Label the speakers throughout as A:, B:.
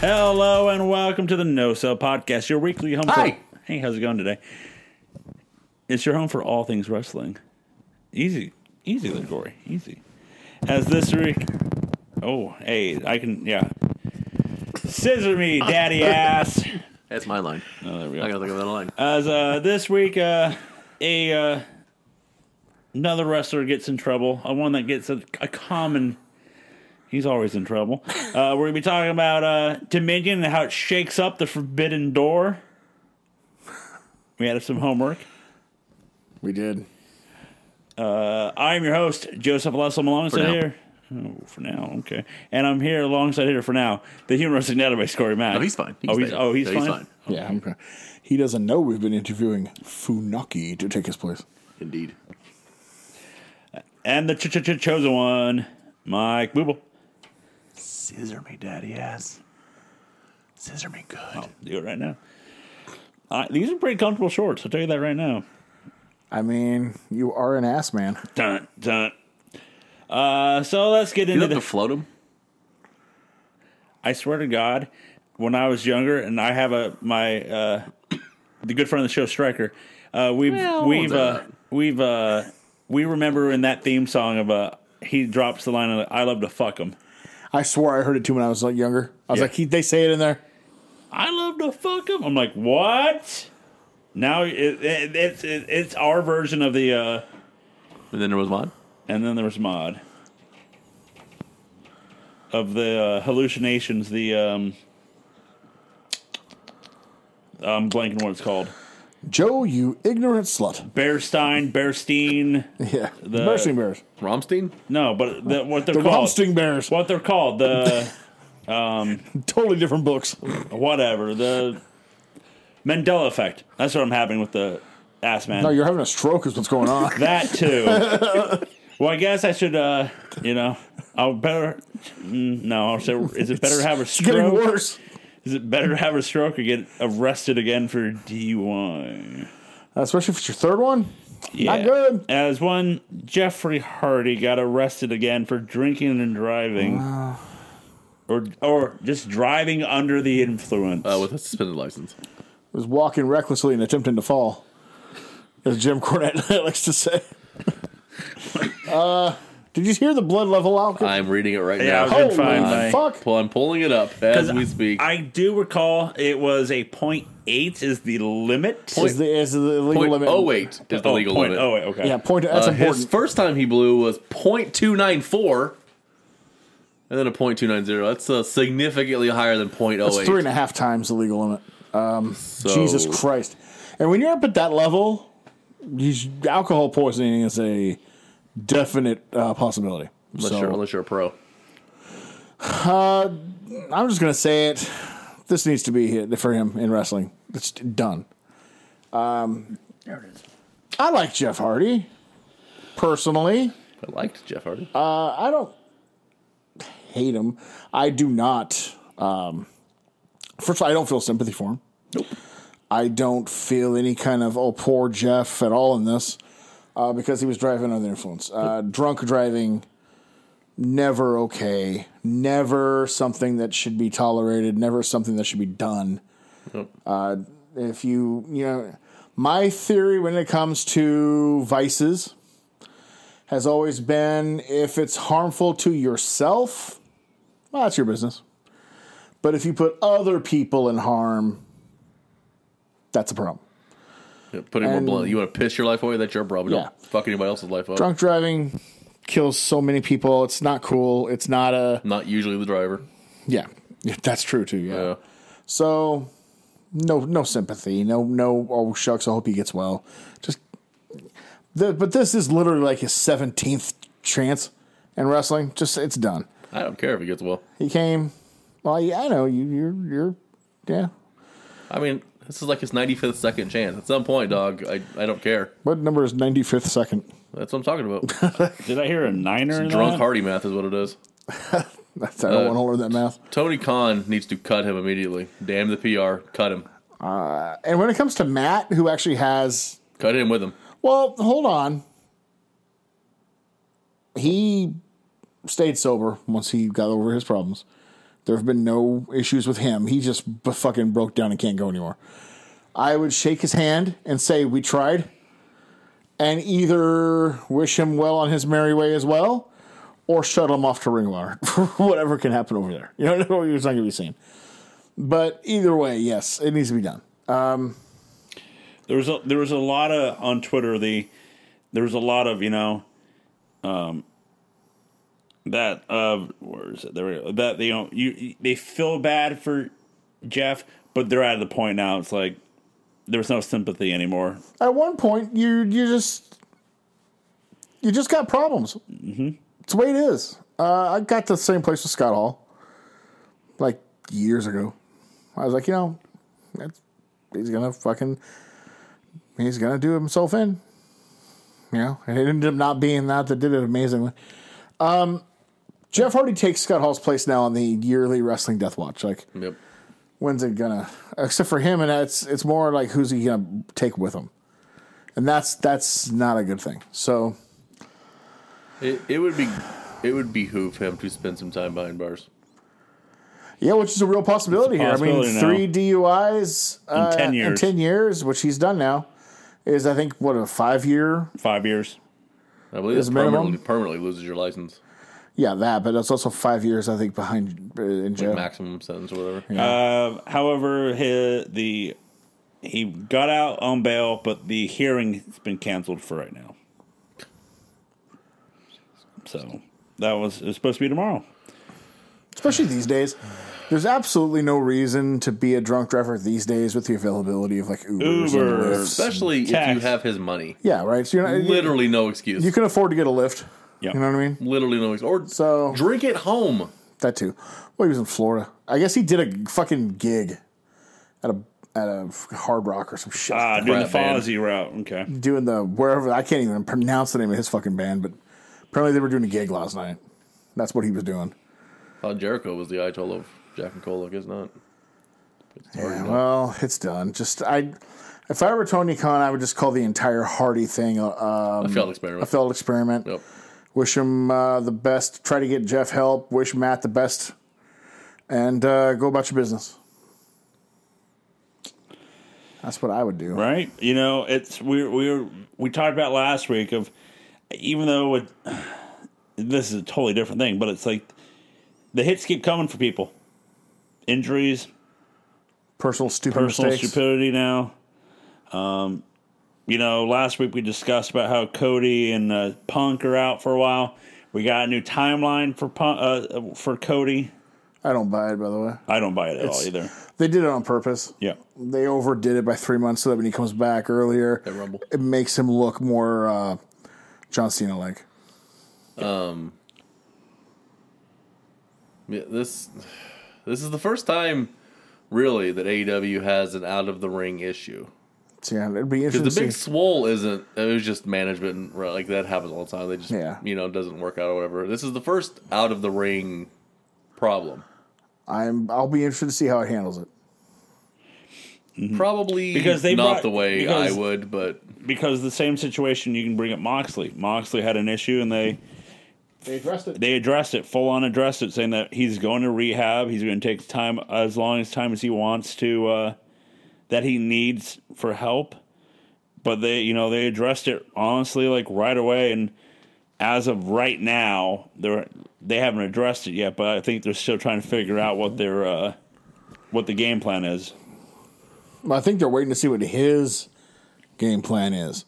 A: Hello and welcome to the No Sell Podcast, your weekly home.
B: Hi.
A: For, hey, how's it going today? It's your home for all things wrestling. Easy, easy, Corey, easy. As this week, oh hey, I can yeah. Scissor me, daddy ass.
B: That's my line.
A: Oh, there we
B: I
A: go.
B: gotta think of that line.
A: As uh, this week, uh, a uh, another wrestler gets in trouble. A one that gets a, a common. He's always in trouble. Uh, we're gonna be talking about uh, Dominion and how it shakes up the Forbidden Door. We had some homework.
C: We did.
A: Uh, I am your host, Joseph Alessio Malone. Still
B: now.
A: here. Oh, for now, okay. And I'm here alongside here for now. The human wrestling database, Corey Mack.
B: Oh, he's fine.
A: oh, he's,
B: there.
A: oh, he's
B: Yeah,
A: fine.
C: Yeah, I'm, cr- he doesn't know we've been interviewing Funaki to take his place.
B: Indeed.
A: And the ch- ch- ch- chosen one, Mike Booble.
B: Scissor me, daddy ass. Scissor me good.
A: Do it right now. Uh, these are pretty comfortable shorts. I'll tell you that right now.
C: I mean, you are an ass man.
A: Dun, dun. Uh, so let's get
B: You
A: into
B: have
A: the.
B: to float him?
A: I swear to God, when I was younger, and I have a my uh, the good friend of the show, Striker. Uh, we've
B: Well,
A: we've
B: we'll
A: uh,
B: do
A: we've uh, we remember in that theme song of uh, he drops the line of "I love to fuck him."
C: I swore I heard it too when I was like younger. I was
A: Yeah.
C: like, he, they say it in there.
A: I love to fuck him. I'm like, what? Now it, it, it's it, it's our version of the. Uh,
B: And then there was mine.
A: And then there was Mod. Of the uh, hallucinations, the um, I'm blanking um, what it's called.
C: Joe, you ignorant slut.
A: Bearstein, Bearstein.
C: Yeah, the Bursting Bears,
B: Romstein?
A: No, but the, what they're
C: the
A: called.
C: Romsting Bears.
A: What they're called. The
C: Totally different books.
A: whatever. The Mandela effect. That's what I'm having with the ass man.
C: No, you're having a stroke. Is what's going on.
A: That too. well, I guess I should. uh You know, I'll better. Mm, no, I'll say, is it better to have a
C: It's getting
A: stroke?
C: worse.
A: Is it better to have a stroke or get arrested again for DUI?
C: Uh, especially if it's your third one.
A: Yeah.
C: good.
A: As one Jeffrey Hardy got arrested again for drinking and driving. Or, or just driving under the influence.
B: Uh, with a suspended license.
C: Was walking recklessly and attempting to fall, as Jim Cornette likes to say. uh, did you hear the blood level out?
B: I'm reading it right
A: Yeah, I
B: now.
A: was gonna find
C: Holy
A: my-
C: fuck!
B: Pull- I'm pulling it up as
A: 'Cause
B: we speak.
A: I do recall it was a point eight is the limit.
C: is the is the legal
B: Point
C: limit?
B: oh eight is the
A: oh,
B: legal
A: point
B: limit.
A: oh eight, okay.
C: yeah, point. That's
B: Uh, his
C: important.
B: first time he blew was .294, and then a .290. That's uh, significantly higher than .08.
C: That's three and a half times the legal limit.
B: So-
C: Jesus Christ! And when you're up at that level, you sh- alcohol poisoning is a definite uh, possibility.
B: Unless,
C: So,
B: you're, unless you're a pro.
C: I'm just gonna say it. This needs to be hit for him in wrestling. It's done. Um, there it is. I like Jeff Hardy personally.
B: I liked Jeff Hardy.
C: I don't hate him. I do not. Um, first of all, I don't feel sympathy for him.
B: Nope.
C: I don't feel any kind of oh poor Jeff at all in this uh, because he was driving under the influence. Uh, drunk driving, never okay. Never something that should be tolerated. Never something that should be done. Uh,
B: Nope.
C: If you you know, my theory when it comes to vices has always been if it's harmful to yourself, well, that's your business. But if you put other people in harm, that's a problem.
B: Yeah, Put it more
C: and-
B: blunt. You want to piss your life away? That's your problem.
C: Yeah.
B: Don't fuck anybody else's life up.
C: drunk driving kills so many people. It's not cool. It's not a
B: Not usually the driver.
C: yeah. Yeah, That's true too. Yeah.
B: Yeah.
C: So no no sympathy. No no. Oh shucks. I hope he gets well. Just the, but this is literally like his seventeenth chance in wrestling. Just it's done.
B: I don't care if he gets well.
C: He came. Well, yeah, I know you. You're you're yeah.
B: I mean, this is like his 95th second chance. At some point, dog, I, I don't care.
C: What number is ninety fifth second?
B: That's what I'm talking about.
A: Did I hear a niner? in
B: Drunk
A: that?
B: Hardy math is what it is.
C: That's, I don't want to learn that math.
B: Tony Khan needs to cut him immediately. Damn the PR. Cut him.
C: And when it comes to Matt, who actually has
B: Cut him with him.
C: Well, hold on. He stayed sober once he got over his problems. There have been no issues with him. He just b- fucking broke down and can't go anymore. I would shake his hand and say, We tried, and either wish him well on his merry way as well, or shut him off to Ringwater for whatever can happen over there. You know, it's not going to be seen. But either way, yes, it needs to be done.
A: there was a, there was a lot of on Twitter the there was a lot of you know um that uh where is it there we go. that you know you they feel bad for Jeff but they're at the point now it's like there's no sympathy anymore
C: At one point, you you just you just got problems. Mm-hmm. It's the way it is. Uh, I got to the same place with Scott Hall like years ago. I was like, you know, that's, he's gonna fucking he's gonna do himself in. You know, and it ended up not being that that did it amazingly. Um, Jeff Hardy takes Scott Hall's place now on the yearly wrestling death watch. Like,
B: Yep.
C: when's it gonna except for him and that's it's more like who's he gonna take with him and that's that's not a good thing so
B: It, it would be it would behoove him to spend some time behind bars.
C: yeah which is a real possibility,
A: It's a
C: here i
A: possibility
C: mean
A: now.
C: three duis in,
A: 10
C: uh, in
A: years.
C: 10 years which he's done now is i think what a five year
A: 5 years
B: I believe
C: Is
B: that
C: minimum?
B: permanently, permanently loses your license,
C: yeah that but that's also five years i think behind uh, in jail
B: maximum sentence or whatever.
A: Uh, however, his, the he got out on bail, but the hearing's been canceled for right now. So that was it was supposed to be tomorrow.
C: especially these days there's absolutely no reason to be a drunk driver these days with the availability of like ubers
A: Uber.
C: and Lyfts.
B: Especially if
A: Tax.
B: you have his money.
C: yeah right so you're not
B: Literally no excuse.
C: you can afford to get a lift
A: Yeah.
C: you know what i mean
B: Literally no excuse. Or
C: So-
B: drink at home.
C: That too. Well, he was in Florida. I guess he did a fucking gig at a at a hard rock or some shit,
A: Ah, doing the
B: Crap, man.
A: Fozzy route. Okay,
C: doing the wherever. I can't even pronounce the name of his fucking band, but apparently they were doing a gig last night. That's what he was doing.
B: Thought Uh, Jericho was the Ayatollah of Jack and Cola. I guess not.
C: Yeah, well, it's done. Just I, if I were Tony Khan, I would just call the entire Hardy thing a, um,
B: I failed
C: a
B: experiment.
C: failed experiment.
B: Yep.
C: Wish him uh, the best. Try to get Jeff help. Wish Matt the best, and uh, go about your business. That's what I would do.
A: right? You know, it's we we we talked about last week of even though it, this is a totally different thing, but it's like the hits keep coming for people, injuries,
C: Personal stupid
A: personal
C: mistakes.
A: stupidity now. Um, you know, last week we discussed about how Cody and uh, Punk are out for a while. We got a new timeline for Punk, uh, for Cody.
C: I don't buy it, by the way.
A: I don't buy it at
C: It's-
A: all either.
C: They did it on purpose.
A: Yeah,
C: They overdid it by three months, so that when he comes back earlier,
B: At Rumble.
C: it makes him look more uh, John Cena like.
B: Yeah, this this is the first time, really, that AEW has an out of the ring issue.
C: So yeah, it'd be interesting.
B: Because the
C: to
B: big
C: see.
B: swole isn't. It was just management, and right, like that happens all the time. They just,
C: Yeah.
B: you know, it doesn't work out or whatever. This is the first out of the ring problem.
C: I'm. I'll be interested to see how it handles it.
B: Probably
A: Mm-hmm. Because they
B: not
A: brought-
B: the way
A: because-
B: I would, but
A: because the same situation you can bring up Moxley. Moxley had an issue and they
C: They addressed it.
A: they addressed it full on addressed it, saying that he's going to rehab. He's going to take time as long as time as he wants to uh, that he needs for help. But they, you know, they addressed it honestly, like right away. And as of right now, they're they haven't addressed it yet. But I think they're still trying to figure out what their uh, what the game plan is.
C: I think they're waiting to see what his game plan is.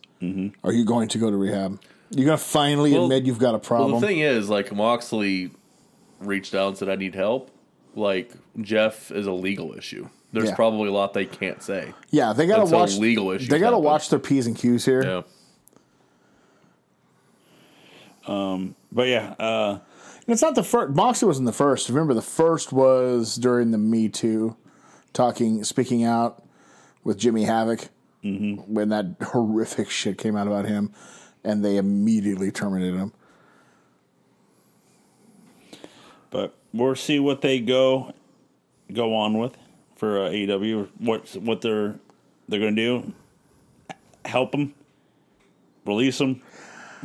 C: Are you going to go to rehab? You're going to finally
B: Mm-hmm. Well-
C: admit you've got a problem.
B: Well, the thing is, like Moxley reached out and said, "I need help." Like Jeff is a legal issue. There's
C: Yeah.
B: probably a lot they can't say.
C: yeah, they got to
B: That's a
C: watch
B: legal issue
C: They got to
B: happen.
C: watch their p's and q's here.
B: Yeah,
A: But yeah, uh,
C: And it's not the first. Moxley wasn't the first. Remember, the first was during the Me Too, talking, speaking out with Jimmy Havoc when that horrific shit came out about him, and they immediately terminated him.
A: but we'll see what they go go on with for uh, AEW. What what they're they're going to do? Help them, release them.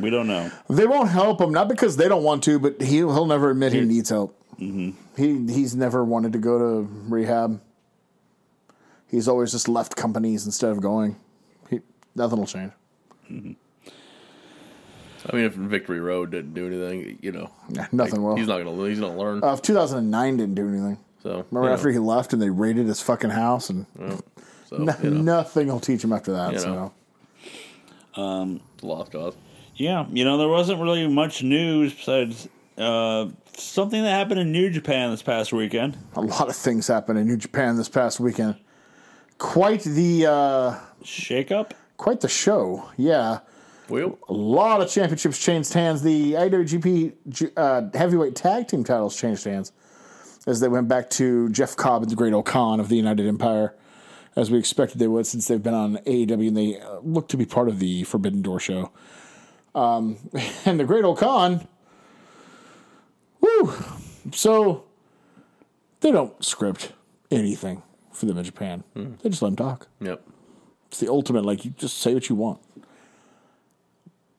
A: We don't know.
C: They won't help him, not because they don't want to, but he he'll never admit he needs help. He he's never wanted to go to rehab. He's always just left companies instead of going. He, nothing will change.
B: I mean, if Victory Road didn't do anything, you know,
C: Nah, nothing will.
B: he's not gonna lose. He's gonna learn.
C: Uh, 2009 didn't do anything.
B: so
C: Remember
B: you
C: after
B: know,
C: he left and they raided his fucking house and
B: so,
C: no-
B: you know,
C: nothing will teach him after that.
B: You
C: so
B: know. it's a lost cause.
A: Yeah, you know, there wasn't really much news besides uh, something that happened in New Japan this past weekend.
C: a lot of things happened in New Japan this past weekend. Quite the uh,
A: Shake up?
C: quite the show. Yeah,
B: Well,
C: a lot of championships changed hands. The IWGP G- uh, Heavyweight Tag Team titles changed hands as they went back to Jeff Cobb and the Great O'Con of the United Empire, as we expected they would since they've been on AEW and they uh, look to be part of the Forbidden Door show. Um, and the Great O'Con, woo! So they don't script anything for them in Japan. They just let them talk.
B: yep.
C: It's the ultimate. Like you just say what you want.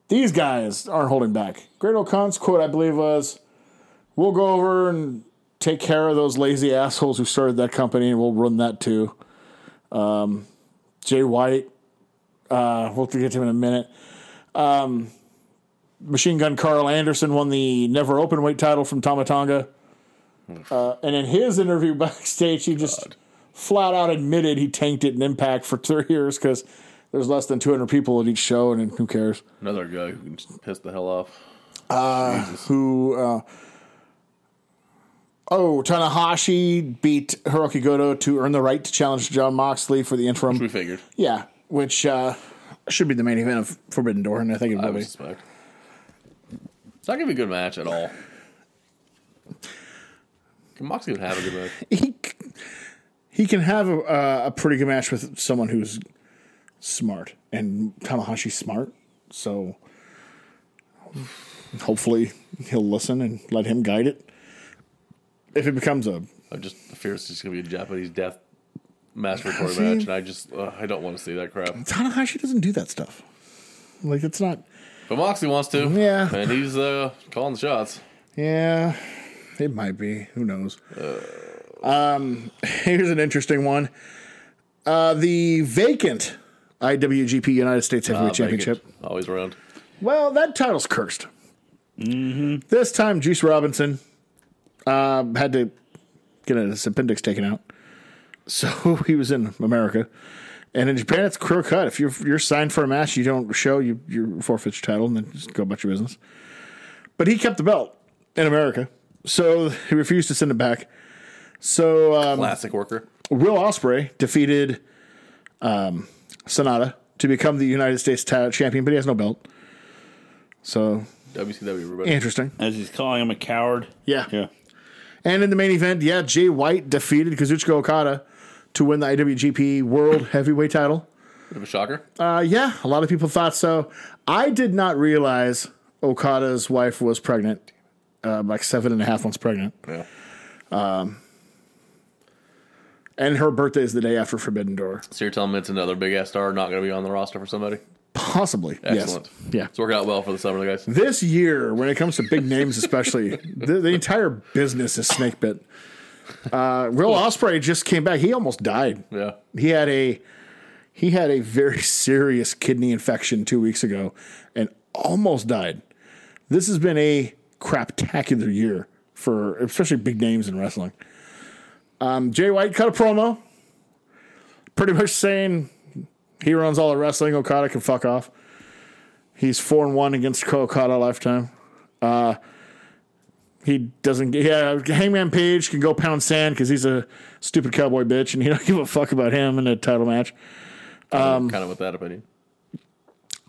C: These guys aren't holding back. Great O'Con's quote, I believe, was, "We'll go over and take care of those lazy assholes who started that company, and we'll run that too." Um, Jay White, uh, we'll get to him in a minute. Um, Machine Gun Carl Anderson won the never open weight title from Tomatonga, uh, and in his interview backstage, he just flat out admitted he tanked it in Impact for three years because there's less than 200 people at each show, and who cares?
B: Another guy who can just piss the hell off.
C: Who? Uh, oh, Tanahashi beat Hiroki Goto to earn the right to challenge John Moxley for the
B: We
C: interim.
B: figured.
C: Yeah, which uh, should be the main event of Forbidden Door, and I think it
B: I
C: will
B: would
C: be.
B: suspect. It's not gonna be a good match at all. Can Moxley even have a good match?
C: He c- he can have a, uh, a pretty good match with someone who's smart, and Tanahashi's smart, so hopefully he'll listen and let him guide it. If it becomes a
B: I'm just fear it's just gonna be a Japanese death masturbatory
C: See?
B: match, and I just uh, I don't want to see that crap.
C: Tanahashi doesn't do that stuff. Like it's not.
B: But Moxley wants to,
C: Yeah.
B: and he's uh, calling the shots.
C: Yeah, it might be. Who knows? Um, here's an interesting one. Uh, the vacant IWGP United States Heavyweight
B: Uh,
C: Championship.
B: Bacon, always around.
C: Well, that title's cursed. Mm-hmm. This time, Juice Robinson uh, had to get his appendix taken out, so he was in America. And in Japan, it's clear cut. If you're you're signed for a match, you don't show you you forfeit your title and then just go about your business. But he kept the belt in America, so he refused to send it back. So um,
B: Classic worker.
C: Will Osprey defeated um, Sonata to become the United States ta- champion, but he has no belt. So
B: WCW, everybody.
C: interesting.
A: As he's calling him a coward.
C: Yeah.
A: Yeah.
C: And in the main event, yeah, Jay White defeated Kazuchika Okada to win the IWGP World Heavyweight title.
B: Bit of a shocker.
C: Uh, yeah, a lot of people thought so. I did not realize Okada's wife was pregnant, uh, like seven and a half months pregnant.
B: yeah.
C: And her birthday is the day after Forbidden Door.
B: So you're telling me it's another big ass star not going to be on the roster for somebody?
C: Possibly.
B: Excellent.
C: Yes. Yeah. Um,
B: It's working out well for the summer, guys.
C: This year, when it comes to big names, especially the, the entire business is snake bit. Uh, Will Osprey just came back. He almost died.
B: Yeah.
C: He had a he had a very serious kidney infection two weeks ago, and almost died. This has been a craptacular year for especially big names in wrestling. Um, Jay White cut a promo, pretty much saying he runs all the wrestling. Okada can fuck off. He's four and one against Okada lifetime. Uh, he doesn't. Yeah, Hangman Page can go pound sand because he's a stupid cowboy bitch, and he don't give a fuck about him in a title match.
B: kind of with that opinion.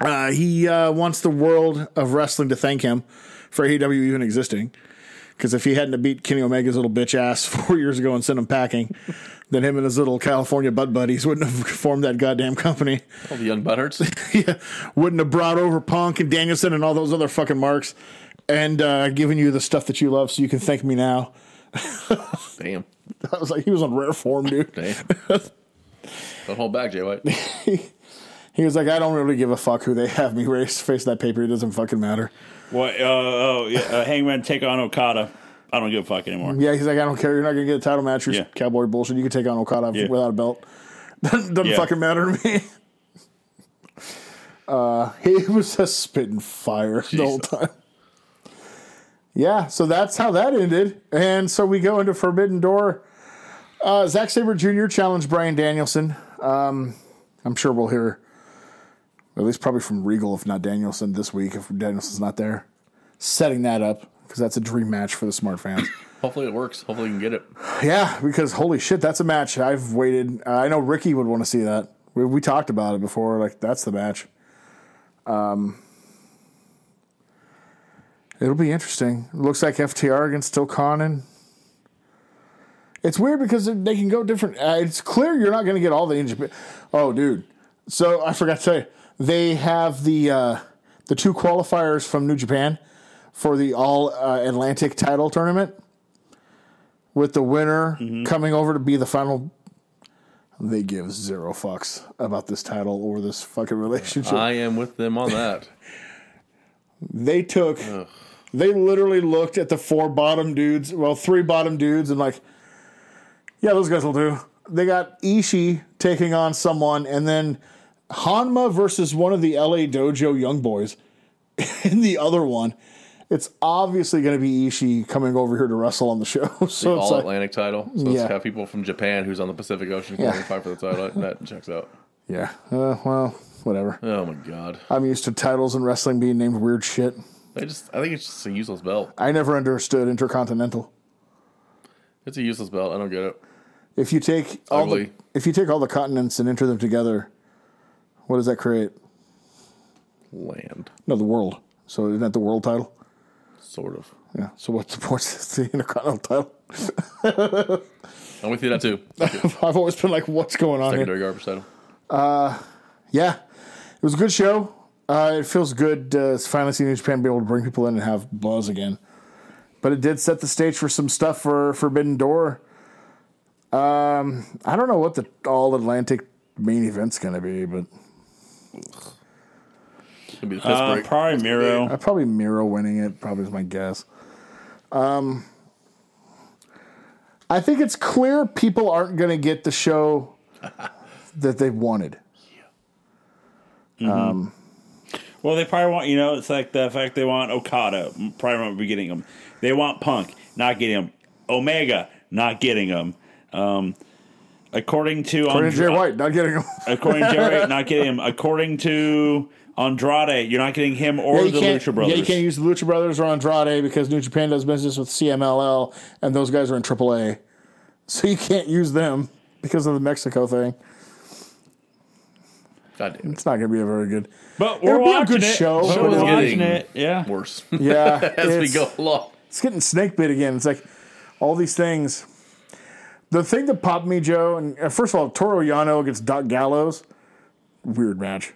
C: Uh, he uh, wants the world of wrestling to thank him for AEW even existing. Because if he hadn't have beat Kenny Omega's little bitch ass four years ago and sent him packing, then him and his little California butt buddies wouldn't have formed that goddamn company.
B: All the young butthurts.
C: yeah, wouldn't have brought over Punk and Danielson and all those other fucking marks and uh, given you the stuff that you love so you can thank me now.
B: Damn.
C: I was like, he was on rare form, dude.
B: Damn. Don't hold back, Jay White.
C: He was like, I don't really give a fuck who they have me race face that paper. It doesn't fucking matter.
A: What? Uh, oh, yeah, uh, Hangman take on Okada. I don't give a fuck anymore.
C: Yeah, he's like, I don't care. You're not going to get a title match. You're
A: Yeah.
C: cowboy bullshit. You can take on Okada
A: Yeah.
C: without a belt. Doesn't
A: Yeah.
C: fucking matter to me. Uh, he was just spitting fire the whole time. Yeah, so that's how that ended. And so we go into Forbidden Door. Uh, Zack Sabre Jr. challenged Brian Danielson. Um, I'm sure we'll hear, at least probably from Regal, if not Danielson, this week, if Danielson's not there, setting that up because that's a dream match for the smart fans.
B: Hopefully it works. Hopefully you can get it.
C: Yeah, because holy shit, that's a match. I've waited. Uh, I know Ricky would want to see that. We, we talked about it before. Like that's the match. Um, it'll be interesting. Looks like FTR against still Conan. It's weird because they can go different. Uh, it's clear you're not going to get all the New Japan. Oh, dude. So I forgot to tell you, they have the uh, the two qualifiers from New Japan for the All uh, Atlantic Title Tournament with the winner coming over to be the final. They give zero fucks about this title or this fucking relationship.
B: I am with them on that.
C: they took, they literally looked at the four bottom dudes, well, three bottom dudes, and like, yeah, those guys will do. They got Ishii taking on someone, and then Hanma versus one of the LA Dojo young boys in the other one. It's obviously going to be Ishii coming over here to wrestle on the show. so it's
B: All
C: like,
B: Atlantic title. So it's
C: Yeah.
B: got people from Japan who's on the Pacific Ocean
C: Yeah.
B: qualify for the title. That checks out.
C: yeah, uh, well, whatever.
B: Oh my god.
C: I'm used to titles in wrestling being named weird shit.
B: They just I think it's just a useless belt.
C: I never understood Intercontinental.
B: It's a useless belt. I don't get it.
C: If you take all
B: Ugly.
C: the if you take all the continents and enter them together, what does that create?
B: Land.
C: No, the world. So isn't that the world title?
B: Sort of.
C: Yeah. So what's the point of the Intercontinental
B: I'm with you that too.
C: title? I've always been like, what's going on here?
B: Secondary garbage title.
C: Yeah, it was a good show. Uh, it feels good uh, finally seeing New Japan be able to bring people in and have buzz again. But it did set the stage for some stuff for Forbidden Door. Um, I don't know what the All Atlantic main event's going to be, but
B: It's gonna be the piss
A: Uh,
B: break.
A: probably Miro.
C: I probably Miro winning it. Probably is my guess. Um, I think it's clear people aren't going to get the show that they wanted.
A: Well, they probably want you know it's like the fact they want Okada probably won't be getting them. They want Punk not getting him. Omega not getting him. Um, according to
C: According to Jay
A: Andra-
C: White, not getting him.
A: according to Jay White, not getting him. According to Andrade, you're not getting him or
C: Yeah, you
A: the
C: can't-
A: Lucha Brothers.
C: Yeah, you can't use the Lucha Brothers or Andrade because New Japan does business with CMLL, and those guys are in AAA. So you can't use them because of the Mexico thing.
B: God damn it.
C: It's not going to be a very good.
A: but we're
C: It'll be a
A: watching
C: good
A: it.
C: show.
A: But
C: Show
A: we're
B: is
A: watching
B: getting
A: it. Yeah.
B: Worse.
C: Yeah,
B: As we
C: it's-
B: go along.
C: It's getting snake bit again. It's like all these things. The thing that popped me, Joe, and uh, first of all, Toro Yano against Doc Gallows, weird match.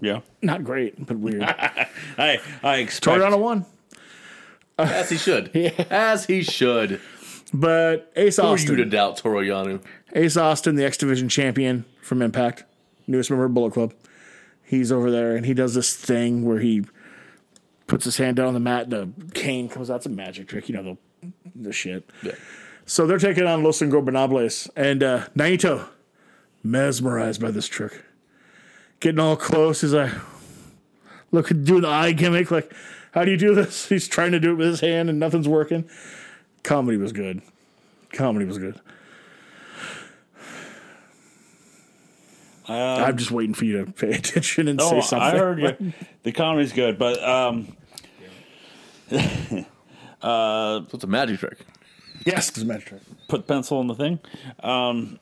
A: Yeah.
C: Not great, but weird.
A: I I expect.
C: Toro Yano won,
B: As he should. As he should.
C: but Ace
B: Who are you to
C: Austin,
B: doubt Toro Yano?
C: Ace Austin, the X Division champion from Impact, newest member of Bullet Club, he's over there and he does this thing where he puts his hand down on the mat, the cane comes out. It's a magic trick, you know the the shit.
B: Yeah.
C: So they're taking on Los Ingobernables and uh, Naito, mesmerized by this trick, getting all close. He's like, look, doing the eye gimmick. Like, how do you do this? He's trying to do it with his hand and nothing's working. Comedy was good. Comedy was good. I'm just waiting for you to pay attention and say
A: Oh,
C: something.
A: Um, I heard you. The comedy's good, but um,
B: So it's a magic trick.
C: Yes, it's a magic trick.
A: put pencil in the thing. Um,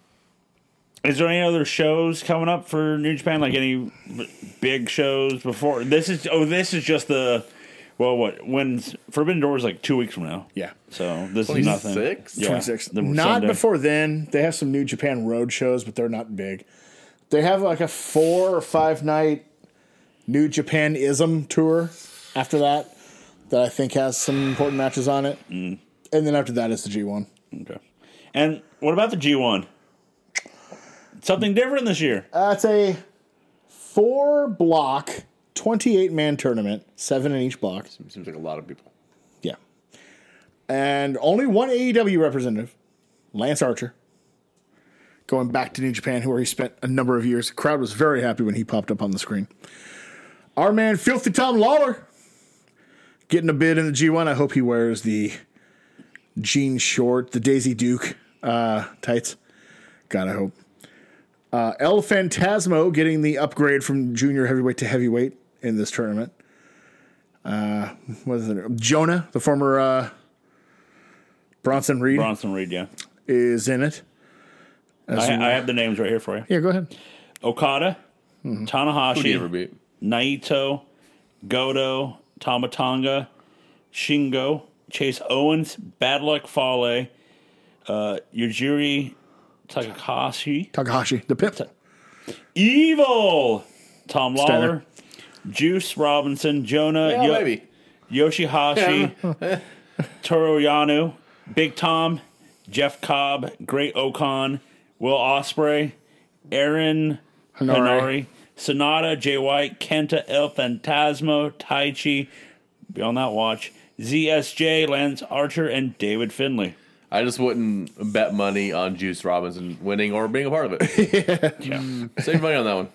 A: is there any other shows coming up for New Japan? Like any b- big shows before this is? Oh, this is just the. Well, what when Forbidden Door is like two weeks from now.
C: Yeah.
A: So this is nothing.
B: 26?
A: Yeah,
C: 26.
A: the-
C: Not
A: Sunday.
C: before then. They have some New Japan road shows, but they're not big. They have like a four or five night New Japan ism tour after that, that I think has some important matches on it.
A: Mm.
C: And then after that is the G1.
A: Okay. And what about the G one? Something different this year.
C: That's Uh, a four block, 28 man tournament, seven in each block.
B: Seems like a lot of people.
C: Yeah. and only one AEW representative, Lance Archer, going back to New Japan, where he spent a number of years. The crowd was very happy when he popped up on the screen. Our man, Filthy Tom Lawler, getting a bid in the G1. I hope he wears the jean short, the Daisy Duke uh, tights. God, I hope. Uh, El Fantasmo getting the upgrade from junior heavyweight to heavyweight in this tournament. Uh, what is it? Jonah, the former uh, Bronson Reed,
A: Bronson Reed, yeah.
C: is in it.
A: I, I have the names right here for you.
C: Yeah, go ahead.
A: Okada,
B: Who do you ever
A: Tanahashi,
B: beat?
A: Naito, Goto, Tamatanga, Shingo, Chase Owens, Bad Luck Fale, uh, Yujiri Takahashi,
C: Takahashi, the pimp.
A: Evil, Tom Lawler,
C: Steiner.
A: Juice Robinson, Jonah,
B: Yeah,
A: Yo-
B: maybe.
A: Yoshihashi, Toru Yano, Big Tom, Jeff Cobb, Great Okan, Will Osprey, Aaron
C: Hanare.
A: Hanari, Sonata, Jay White, Kenta, El Fantasmo, Tai Chi, be on that watch, ZSJ, Lance Archer, and David Finley.
B: I just wouldn't bet money on Juice Robinson winning or being a part of it.
A: Yeah.
B: Save money on that one.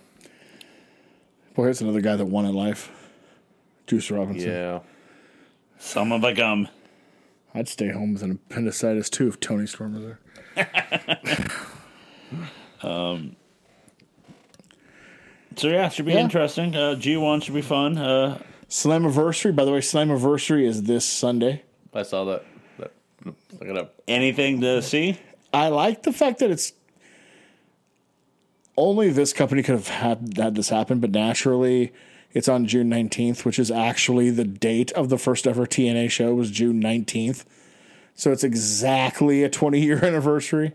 C: Boy, that's another guy that won in life. Juice Robinson.
B: Yeah.
A: Some of the gum.
C: I'd stay home with an appendicitis too if Tony Storm was there. um,
A: So yeah, should be
C: Yeah.
A: interesting. Uh, G1 should be fun. Uh,
C: Slammiversary, by the way, Slammiversary is this Sunday.
B: I saw that. that. Look it up.
A: anything to see?
C: I like the fact that it's only this company could have had, had this happen, but naturally it's on June 19th, which is actually the date of the first ever TNA show was June 19th. So it's exactly a 20 year anniversary.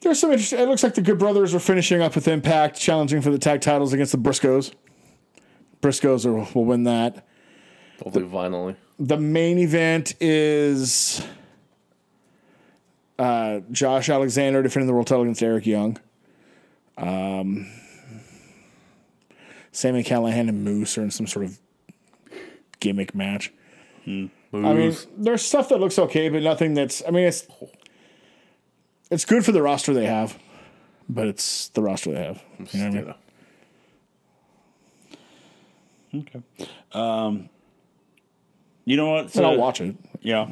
C: There's some interesting. It looks like the Good Brothers are finishing up with Impact, challenging for the tag titles against the Briscoes. Briscoes are, will win that.
B: Hopefully, finally.
C: The main event is uh, Josh Alexander defending the world title against Eric Young. Um, Sammy Callahan and Moose are in some sort of gimmick match. I mean,
B: Moves.
C: there's stuff that looks okay, but nothing that's. I mean, it's it's good for the roster they have, but it's the roster they have. You know what I mean?
B: Yeah.
A: Um, You know what?
C: And I'll
A: So-
C: watch it.
A: Yeah.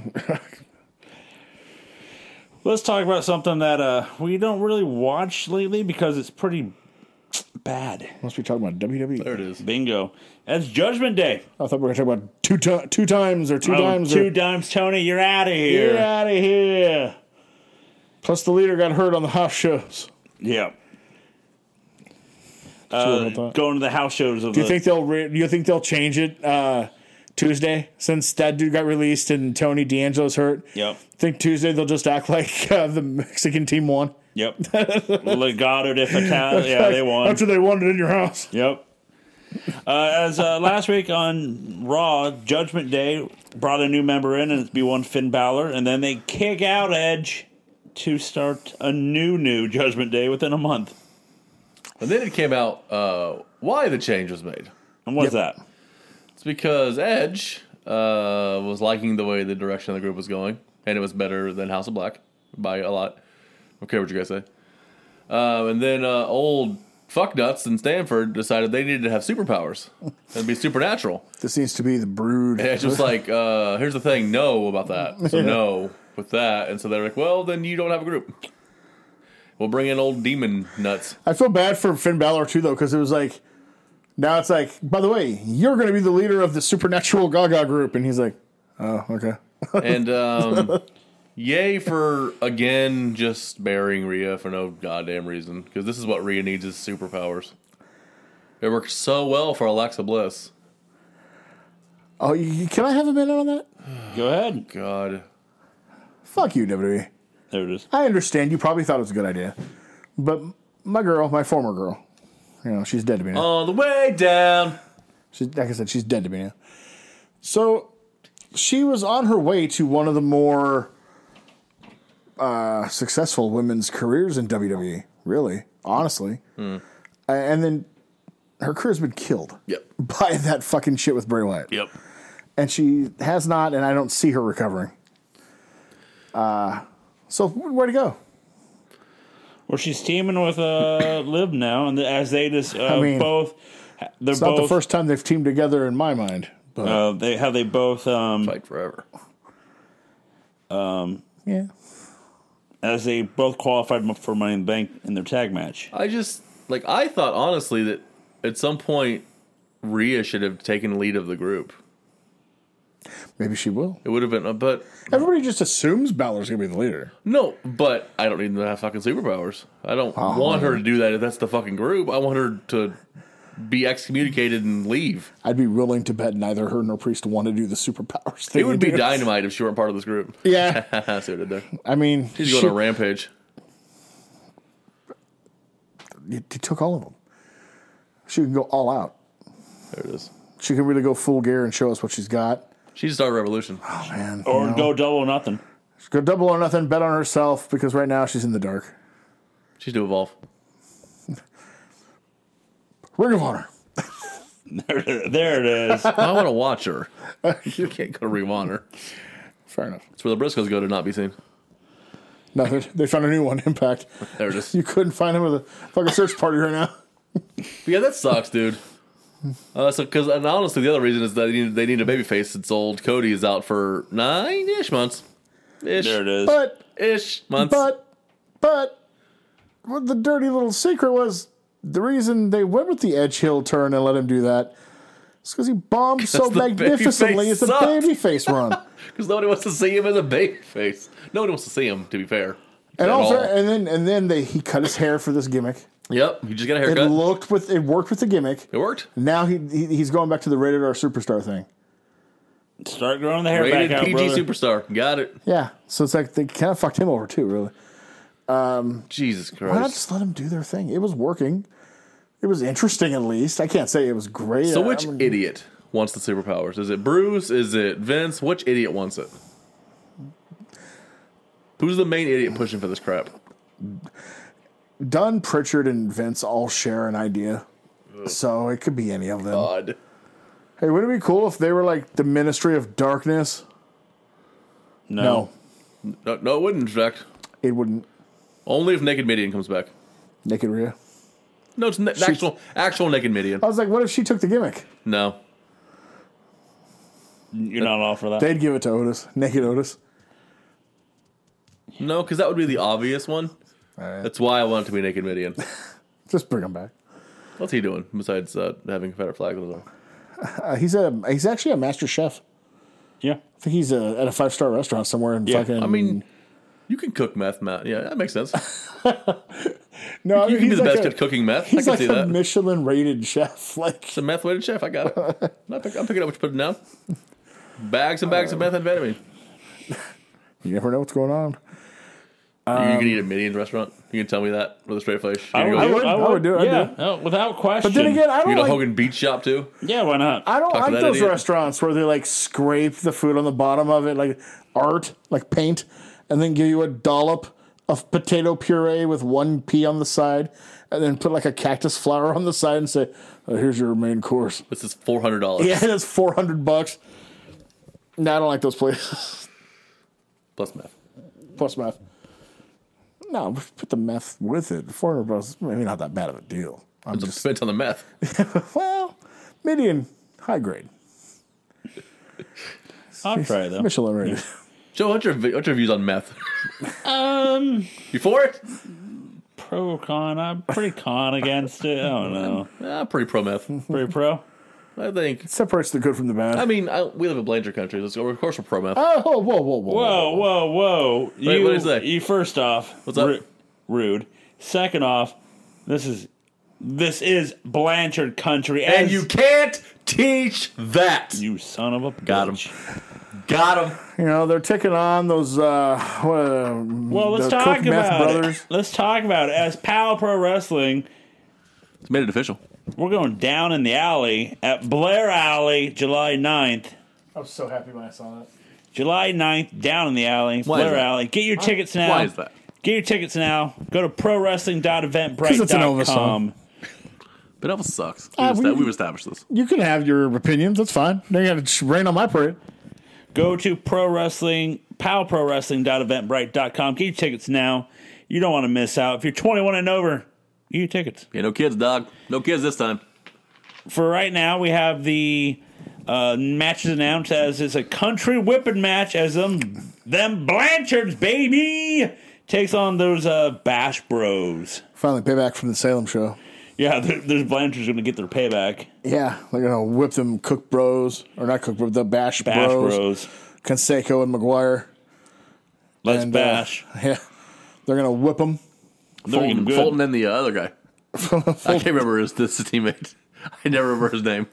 A: Let's talk about something that uh, we don't really watch lately because it's pretty bad.
C: Must be talking about
B: There
C: WWE.
B: it is.
A: Bingo. That's Judgment Day.
C: I thought we were going to talk about two, ti two times or two
A: Oh,
C: times. or,
A: two dimes, Tony. You're out of here.
C: Get out of here. Plus, the leader got hurt on the house shows.
A: Yeah.
C: Sure
A: Uh,
C: about that.
A: going to the house shows of
C: do
A: the.
C: you think they'll? Re- do you think they'll change it uh, Tuesday since that dude got released and Tony D'Angelo's hurt?
A: Yep.
C: Think Tuesday they'll just act like uh, the Mexican team won.
A: Yep. Legado de Fatal. Oh, Yeah, they won.
C: After they won it in your house.
A: Yep. Uh, as uh, last week on Raw, Judgment Day brought a new member in, and it's be one Finn Balor, and then they kick out Edge to start a new new Judgment Day within a month.
B: And then it came out uh, why the change was made.
A: And what's that?
B: It's because Edge uh, was liking the way the direction of the group was going, and it was better than House of Black by a lot. Okay, what you guys say? Um, and then uh, old fucknuts in Stanford decided they needed to have superpowers and be supernatural.
C: This seems to be the brood.
B: And Edge was like, uh, "Here's the thing, no about that. So no with that." And so they're like, "Well, then you don't have a group. We'll bring in old demon nuts."
C: I feel bad for Finn Balor too, though, because it was like, now it's like, by the way, you're going to be the leader of the supernatural Gaga group, and he's like, oh, okay.
B: And um, yay for again just burying Rhea for no goddamn reason because this is what Rhea needs is superpowers. It worked so well for Alexa Bliss.
C: Oh, you, can I have a minute on that?
A: Go ahead.
B: God,
C: Fuck you, WWE.
A: There it is.
C: I understand you probably thought it was a good idea, but my girl, my former girl, you know, she's dead to me now.
B: all the way down.
C: She's, like I said, she's dead to me now. So she was on her way to one of the more uh, successful women's careers in WWE, really, honestly. A- And then her career's been killed
B: Yep.
C: by that fucking shit with Bray Wyatt.
B: Yep.
C: and she has not, and I don't see her recovering. Uh, so where to go?
A: Well, she's teaming with uh, Lib now, and as they just uh,
C: mean,
A: both, they're
C: It's
A: both.
C: not the first time they've teamed together in my mind, but
A: uh, they how they both um,
B: Fight forever.
C: yeah,
A: as they both qualified for Money in the Bank in their tag match.
B: I just like I thought honestly that at some point Rhea should have taken lead of the group.
C: maybe she will.
B: It would have been, uh, but
C: Everybody just assumes Balor's gonna be the leader.
B: no. But I don't need them to have fucking superpowers. I don't
C: Oh,
B: want her to do that. If that's the fucking group, I want her to be excommunicated and leave.
C: I'd be willing to bet neither her nor Priest want to do the superpowers thing.
B: It would be
C: again.
B: dynamite if she weren't part of this group.
C: Yeah,
B: See what I did there.
C: I mean,
B: She's
C: she-
B: going on a rampage.
C: He he took all of them. She can go all out.
B: There it is.
C: She can really go full gear and show us what she's got.
B: She's Star Revolution.
C: Oh man,
A: Or
C: you know.
A: go double or nothing.
C: go double or nothing. Bet on herself because right now she's in the dark.
B: She's to evolve.
C: Ring of Honor.
A: There, there it is.
B: I want to watch her. You can't go to rewind her.
C: Fair enough.
B: It's where the Briscoes go to not be seen.
C: No, they, they found a new one. Impact.
B: There it is.
C: You couldn't find him with a fucking search party right now.
B: Yeah, that sucks, dude. Uh, so, because and honestly, the other reason is that they need, they need a baby face since old Cody is out for nine ish months. Ish,
A: There it is.
C: But
B: Ish months.
C: but but what the dirty little secret was the reason they went with the Edge Hill turn and let him do that is because he bombed so
B: the
C: magnificently.
B: babyface
C: It's a
B: sucked.
C: babyface run.
B: Because nobody wants to see him as a baby face. Nobody wants to see him, to be fair.
C: And
B: At
C: also, uh,
B: all.
C: and then and then they he cut his hair for this gimmick.
B: yep, he just got a
C: It
B: haircut. It,
C: looked with it worked with the gimmick.
B: worked.
C: Now he, he he's going back to the rated R superstar thing.
A: Start growing the hair
B: Rated
A: back out,
B: PG
A: brother.
B: superstar. Got it.
C: Yeah, so it's like they kind of fucked him over too. Really,
B: Jesus
C: why not
B: Christ.
C: just let him do their thing? It was working. It was interesting, at least. I can't say it was great.
B: So,
C: I-
B: which
C: I'm-
B: idiot wants the superpowers? Is it Bruce? Is it Vince? Which idiot wants it? Who's the main idiot pushing for this crap?
C: Dunn, Pritchard, and Vince all share an idea, so it could be any of them.
B: God.
C: hey, wouldn't it be cool if they were like the Ministry of Darkness?
A: No.
C: No,
B: No, no, it wouldn't, in fact.
C: it wouldn't.
B: Only if Naked Midian comes back.
C: Naked Rhea.
B: No, it's na- actual actual Naked Midian.
C: I was like, what if she took the gimmick?
B: No,
A: You're not all for that.
C: They'd give it to Otis. Naked Otis.
B: no, because that would be the obvious one. That's why I want it to be Naked Midian.
C: Just bring him back.
B: What's he doing besides uh, having Confederate flags on his arm?
C: Uh, he's a he's actually a master chef.
A: yeah.
C: I think he's a, at a five star restaurant somewhere in
A: Yeah,
C: fucking.
B: I mean, you can cook meth, Matt. Yeah, that makes sense.
C: no,
B: You
C: I mean,
B: can be
C: he's
B: the
C: like
B: best
C: a-
B: at cooking meth. I can
C: He's like
B: see
C: a
B: that.
C: Michelin rated chef. Like
B: it's a meth weighted chef. I got it. I'm, pick- I'm picking up what you're putting down. Bags and bags of meth and methamphetamine.
C: you never know what's going on.
B: you can eat at Midian's restaurant. You can tell me that with a straight face. You can
C: Um, I
B: go,
C: would- I would do it, I'd
A: Yeah,
C: do
A: no, without question.
C: But then again, I
B: you
C: don't
B: can go to
C: like
B: Hogan Beach Shop too.
A: yeah, why not?
C: I don't
B: Talk to
C: like
B: that
C: those
B: idiot.
C: restaurants where they like scrape the food on the bottom of it like art, like paint, and then give you a dollop of potato puree with one pea on the side, and then put like a cactus flower on the side and say, oh, "Here's your main course."
B: This is four hundred dollars
C: Yeah, that's four hundred bucks. No, I don't like those places.
B: plus meth.
C: plus meth. No, we should put the meth with it. Four hundred bucks, maybe not that bad of a deal. I'm
B: It's a
C: just
B: spent on the meth.
C: well, median, high grade,
A: I'll try it though.
C: Michelin rated.
B: Joe, what's your, vi- what's your views on meth?
A: Um,
B: You for it?
A: pro or con? I'm pretty con against it. I don't know.
B: Ah, pretty pro meth.
A: Pretty pro.
B: I think.
C: Separates the good from the bad.
B: I mean, I, we live in Blanger country. Let's go. Of course, we're pro meth.
C: oh, whoa, whoa, whoa, whoa!
A: Whoa, whoa, whoa!
B: Wait,
A: you,
B: what is that?
A: You first off,
B: What's up?
A: rude. Second off, this is this is Blanchard country,
B: and
A: as-
B: you can't teach that.
A: you son of a
B: Got him.
A: bitch.
B: Got him.
C: You know they're taking on those. Uh, what, uh,
A: Well, let's
C: the
A: talk
C: Cook Meth
A: about
C: brothers.
A: it. Let's talk about it. As Pal Pro Wrestling,
B: It's made it official.
A: we're going down in the alley at Blair Alley, July 9th.
C: I was so happy when I saw that.
A: July 9th, down in the alley,
B: Why is
A: Blair
B: that?
A: Alley. Get your tickets now.
B: Why is that?
A: Get your tickets now. Go to
C: it's an Elvis song.
A: prowrestling.eventbrite.com.
B: But Elvis sucks.
C: Ah,
B: We've,
C: we-
B: esta- we've established this.
C: You can have your opinions. That's fine. They got to rain on my parade.
A: Go to pro wrestling, palprowrestling.eventbrite.com. Get your tickets now. You don't want to miss out. If you're 21 and over, get your tickets.
B: Yeah, no kids, dog. No kids this time.
A: For right now, we have the uh, matches announced as it's a country whipping match as them them Blanchards baby takes on those uh, Bash Bros.
C: Finally, payback from the Salem show.
A: Yeah, there- there's Blanchards going to get their payback.
C: Yeah, they're gonna whip them Cook Bros or not Cook Bros, the Bash,
A: Bash
C: Bros,
A: Bros.
C: Conseco and McGuire.
A: Let's
C: and, uh,
A: bash.
C: yeah, they're gonna whip them.
A: They're
B: Fulton,
A: getting good.
B: Fulton and the uh, other guy. I can't remember his, this teammate. I never remember his name.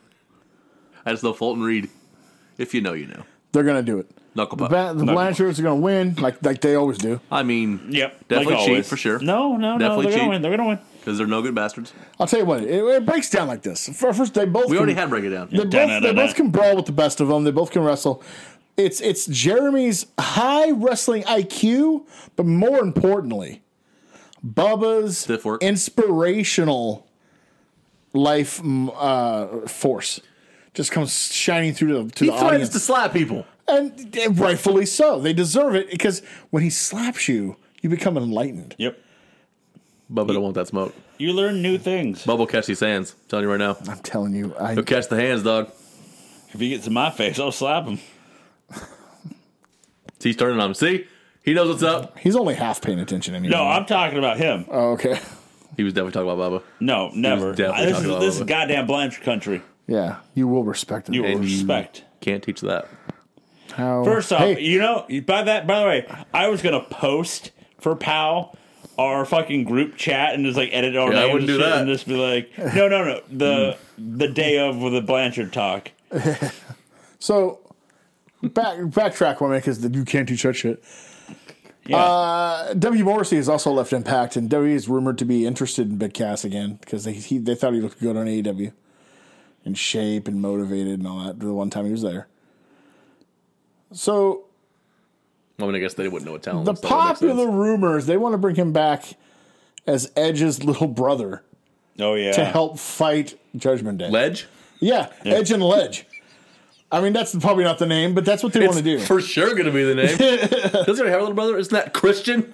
B: I just know Fulton Reed. If you know, you know.
C: They're gonna do it.
B: Knuckle
C: The,
B: puck.
C: ba- the
A: No.
C: Blanchards are gonna win, like like they always do.
B: I mean,
A: Yep.
B: Definitely cheat,
A: always.
B: for sure.
A: No, no,
B: Definitely
A: no. They're
B: cheat.
A: gonna win. They're gonna win.
B: because they're no good bastards.
C: I'll tell you what, it, it breaks down like this. Fir- First, they both
B: We already
C: can-
B: had break it down.
C: They both, they
A: Da-na-na-na.
C: both can brawl with the best of them. They both can wrestle. It's it's Jeremy's high wrestling IQ, but more importantly, Bubba's
B: Stiff work.
C: inspirational life mm, uh, force just comes shining through to, to
B: He
C: the
B: threatens
C: audience,
B: to slap people.
C: and eh, rightfully so. They deserve it because when he slaps you, you become enlightened.
A: Yep.
B: Bubba don't want that smoke.
A: You learn new things.
B: Bubba will catch these hands. I'm telling you right now.
C: I'm telling you, I
B: He'll catch the hands, dog.
A: If he gets in my face, I'll slap him.
B: He's turning on him. See? He knows what's up.
C: he's only half paying attention anyway.
B: Mm-hmm.
A: No, I'm talking about him.
C: oh, okay,
B: He was definitely talking about Bubba.
A: No, never.
B: definitely
A: This is,
B: talking about
A: this is
B: Bubba.
A: goddamn Blanchard country.
C: yeah, you will respect it.
A: You will
B: And you-
A: respect.
B: Can't teach that.
C: How-
A: First off,
C: Hey,
A: you know by that. By the way, I was gonna post for Pal our fucking group chat and just like edit our
B: Yeah, I
A: names
B: wouldn't
A: and
B: do
A: shit
B: that.
A: and just be like, no, no, no, the the day of with the Blanchard talk.
C: So back backtrack one minute because you can't teach that shit.
A: Yeah.
C: Uh, w Morrissey has also left Impact, and W is rumored to be interested in Big Cass again because they he, they thought he looked good on AEW, in shape and motivated and all that. The one time he was there. So
B: I mean, I guess they wouldn't know what talent
C: the
B: was, so that makes sense.
C: popular rumors they want to bring him back as Edge's little brother
A: oh yeah.
C: to help fight Judgment Day.
B: Ledge?
C: yeah, Edge and Ledge. I mean, that's probably not the name, but that's what they want to do.
B: It's for sure going to be the name. Doesn't he have a little brother? Isn't that Christian?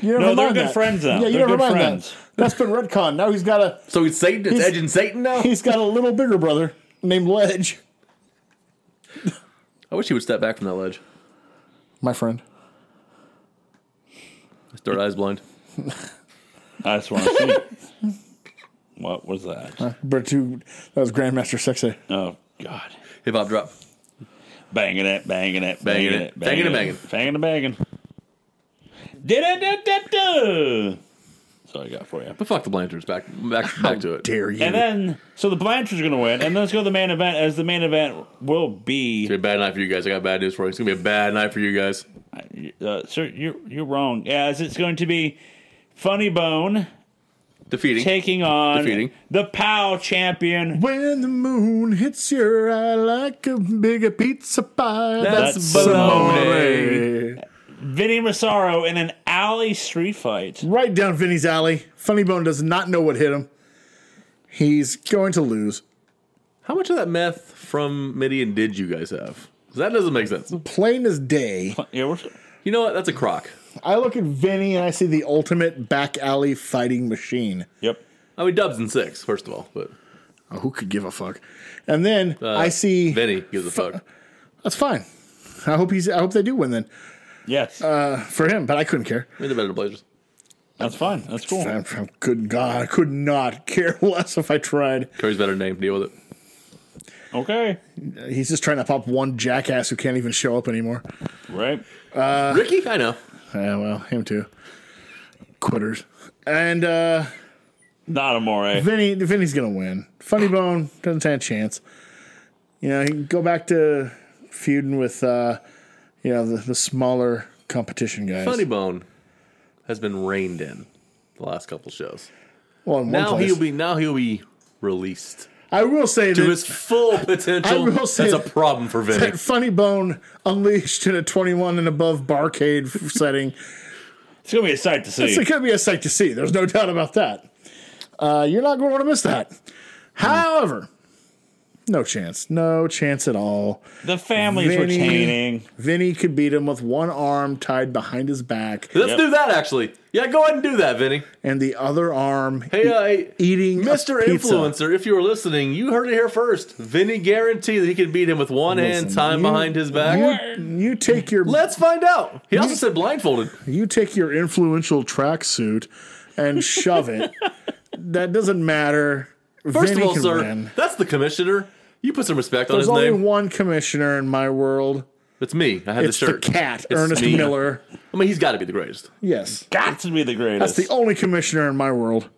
C: You never
A: No, they're
C: mind
A: good
C: that.
A: friends now.
C: Yeah, you
A: They're
C: never
A: good
C: mind
A: friends.
C: that. That's been retcon. Now he's got a
B: So he's Satan? It's
C: He's-
B: Edge and Satan now?
C: he's got a little bigger brother named Ledge.
B: I wish he would step back from that ledge.
C: My friend.
B: His third eye's blind.
A: I just want to see. what was that?
C: But two that was Grandmaster Sexay.
A: Oh God.
B: Hip hop drop.
A: Banging it, banging it,
B: Banging
A: banging
B: it,
A: it,
B: banging it,
A: banging it, banging. Did it, did it, That's all I got for you.
B: But fuck the Blanchards. Back back, back to it.
C: Dare you.
A: And then, so the Blanchards are going to win, and let's go to the main event. As the main event will be,
B: It's gonna be a bad night for you guys. I got bad news for you. It's gonna be a bad night for you guys.
A: uh, sir, you're you're wrong. As it's going to be, Funny Bone
B: Defeating.
A: taking on
B: Defeating.
A: the POW champion.
C: when the moon hits your eye like a bigger pizza pie.
B: That's Baloney.
C: baloney.
A: Vinny Massaro in an alley street fight.
C: Right down Vinny's alley. Funny Bone does not know what hit him. He's going to lose.
B: How much of that meth from Midian did you guys have? 'Cause That doesn't make sense.
C: Plain as day.
A: Yeah, we're,
B: You know what? That's a crock.
C: I look at Vinny and I see the ultimate back alley fighting machine.
A: yep.
B: I mean, Dubs and six, first of all, but uh,
C: Oh, who could give a fuck? And then I see
B: Vinny gives a fuck.
C: that's fine. I hope he's. I hope they do win then
A: Yes,
C: for him. But I couldn't care.
B: I mean, the better Blazers.
A: that's fine. That's cool.
C: I, I could God, I could not care less if I tried.
B: Curry's better name. Deal with it.
A: Okay,
C: He's just trying to pop one jackass who can't even show up anymore.
A: right.
C: Uh,
B: Ricky, I know.
C: Yeah, well, him too. Quitters. And uh,
A: Not a more.
C: Vinny, Vinny's gonna win. Funny Bone doesn't stand a chance. You know, he can go back to feuding with uh, you know the, the smaller competition guys.
B: Funny Bone has been reined in the last couple shows.
C: well, in one
B: Now
C: place.
B: he'll be now he'll be released
C: I will say
B: to
C: that
B: his full potential.
C: I will
B: That's
C: say
B: a
C: that-
B: problem for Vinny.
C: that funny bone unleashed in a 21 and above barcade f- setting
A: It's gonna be a sight to see.
C: it's going to be a sight to see there's no doubt about that Uh, you're not going to want to miss that.
B: Hmm.
C: However, no chance. No chance at all.
A: The family's
C: Vinny.
A: retaining.
C: Vinny could beat him with one arm tied behind his back
B: Let's
A: Yep.
B: do that, actually. Yeah, go ahead and do that, Vinny.
C: and the other arm
B: Hey, uh, hey,
C: eating a
B: Mr.
C: pizza.
B: Influencer, if you were listening, you heard it here first. Vinny guaranteed that he could beat him with one hand
C: Listen,
B: tied
C: you-
B: behind his back.
C: You, you take your
B: Let's find out. He also said blindfolded.
C: you take your influential tracksuit and shove it. That doesn't matter.
B: First
C: Vinny
B: of all,
C: can
B: sir,
C: win.
B: that's the commissioner. You put some respect
C: There's
B: on
C: only
B: his name.
C: one commissioner in my world.
B: It's me. I had
C: It's
B: the
C: the
B: shirt.
C: cat,
B: It's
C: Ernest
B: me.
C: Miller.
B: I mean, he's got to be the greatest.
C: Yes.
A: Got to be the
C: That's
A: greatest.
C: the only commissioner in my world.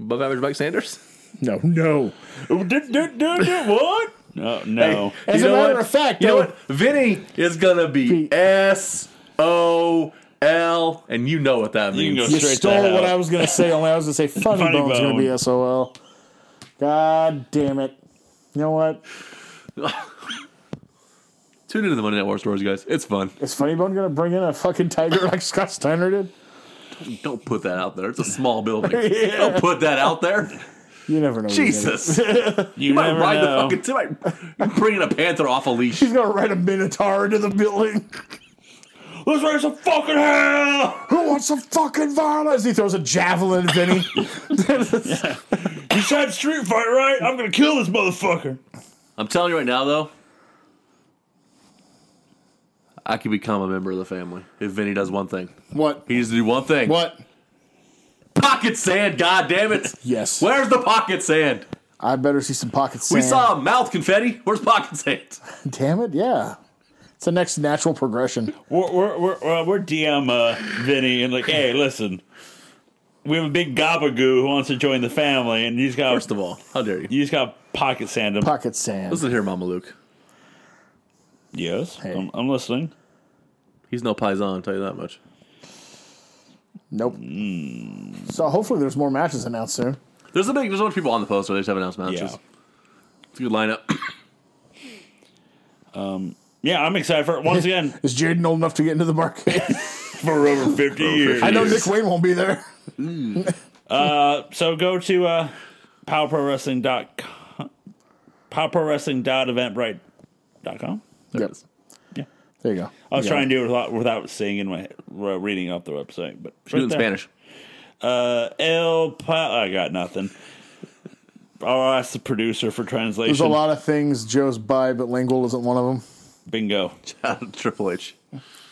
B: Above average Mike Sanders.
C: No, no.
A: Ooh, do, do, do, do, what? No, no.
C: As
B: You
C: a
B: know
C: matter
B: what?
C: of fact,
B: you know
C: though-
B: what? Vinny is gonna be
C: Pete.
B: S O L, and you know what that
A: You can
B: means.
A: go
C: You
A: straight
C: stole
A: that
C: what
A: out.
C: I was going to say, only I was going to say Funny,
A: Funny
C: Bone's going
A: Bone.
C: to be SOL. God damn it. You know what?
B: Tune into the Monday Night War stories, guys. It's fun.
C: Is Funny Bone going to bring in a fucking tiger like Scott Steiner did?
B: Don't put that out there. It's a small building. Don't put that out there.
C: You never know.
B: Jesus, you
A: You
B: might
A: never
B: ride
A: know.
B: the fucking. You might- You're bringing a panther off a leash.
C: He's going to ride a Minotaur into the building.
A: Let's raise some fucking hell.
C: Who wants some fucking violence? He throws a javelin at Vinny.
A: You said street fight, right? I'm gonna kill this motherfucker.
B: I'm telling you right now, though, I could become a member of the family if Vinny does one thing.
C: what?
B: He needs to do one thing.
C: What?
B: Pocket sand, god damn it.
C: Yes.
B: Where's the pocket sand?
C: I better see some pocket sand.
B: We saw mouth confetti. Where's pocket sand?
C: Damn it, yeah. It's the next natural progression.
A: We're we're we're, uh, we're DM uh, Vinny and like, hey, listen, we have a big gabagoo who wants to join the family, and you just got
B: First of all, how dare you?
A: you just got pocket sand him.
C: Pocket sand.
B: Listen here, Mama Luke.
A: yes,
C: Hey.
A: I'm, I'm listening.
B: He's no paisan, I'll tell you that much.
C: Nope. So hopefully there's more matches announced soon.
B: There's a big there's a bunch of people on the poster, they just haven't announced matches.
A: Yeah.
B: It's a good lineup.
A: Yeah, I'm excited for it. Once again,
C: Is Jaden old enough to get into the market?
A: for over 50 years.
C: I know
B: Yes.
C: Nick Wayne won't be there.
A: So go to uh, powerprowrestling.com, powerprowrestling.eventbrite.com.
B: There it
C: Yep.
B: is.
C: There you go.
A: I was trying to do it without, without saying in my head- reading off the website, but
B: Do it in Spanish.
A: Uh, El pa- I got nothing. I'll ask the producer for
C: There's a
A: translation.
C: lot of things Joe's by, but lingual isn't one of them.
A: Bingo.
B: Triple H.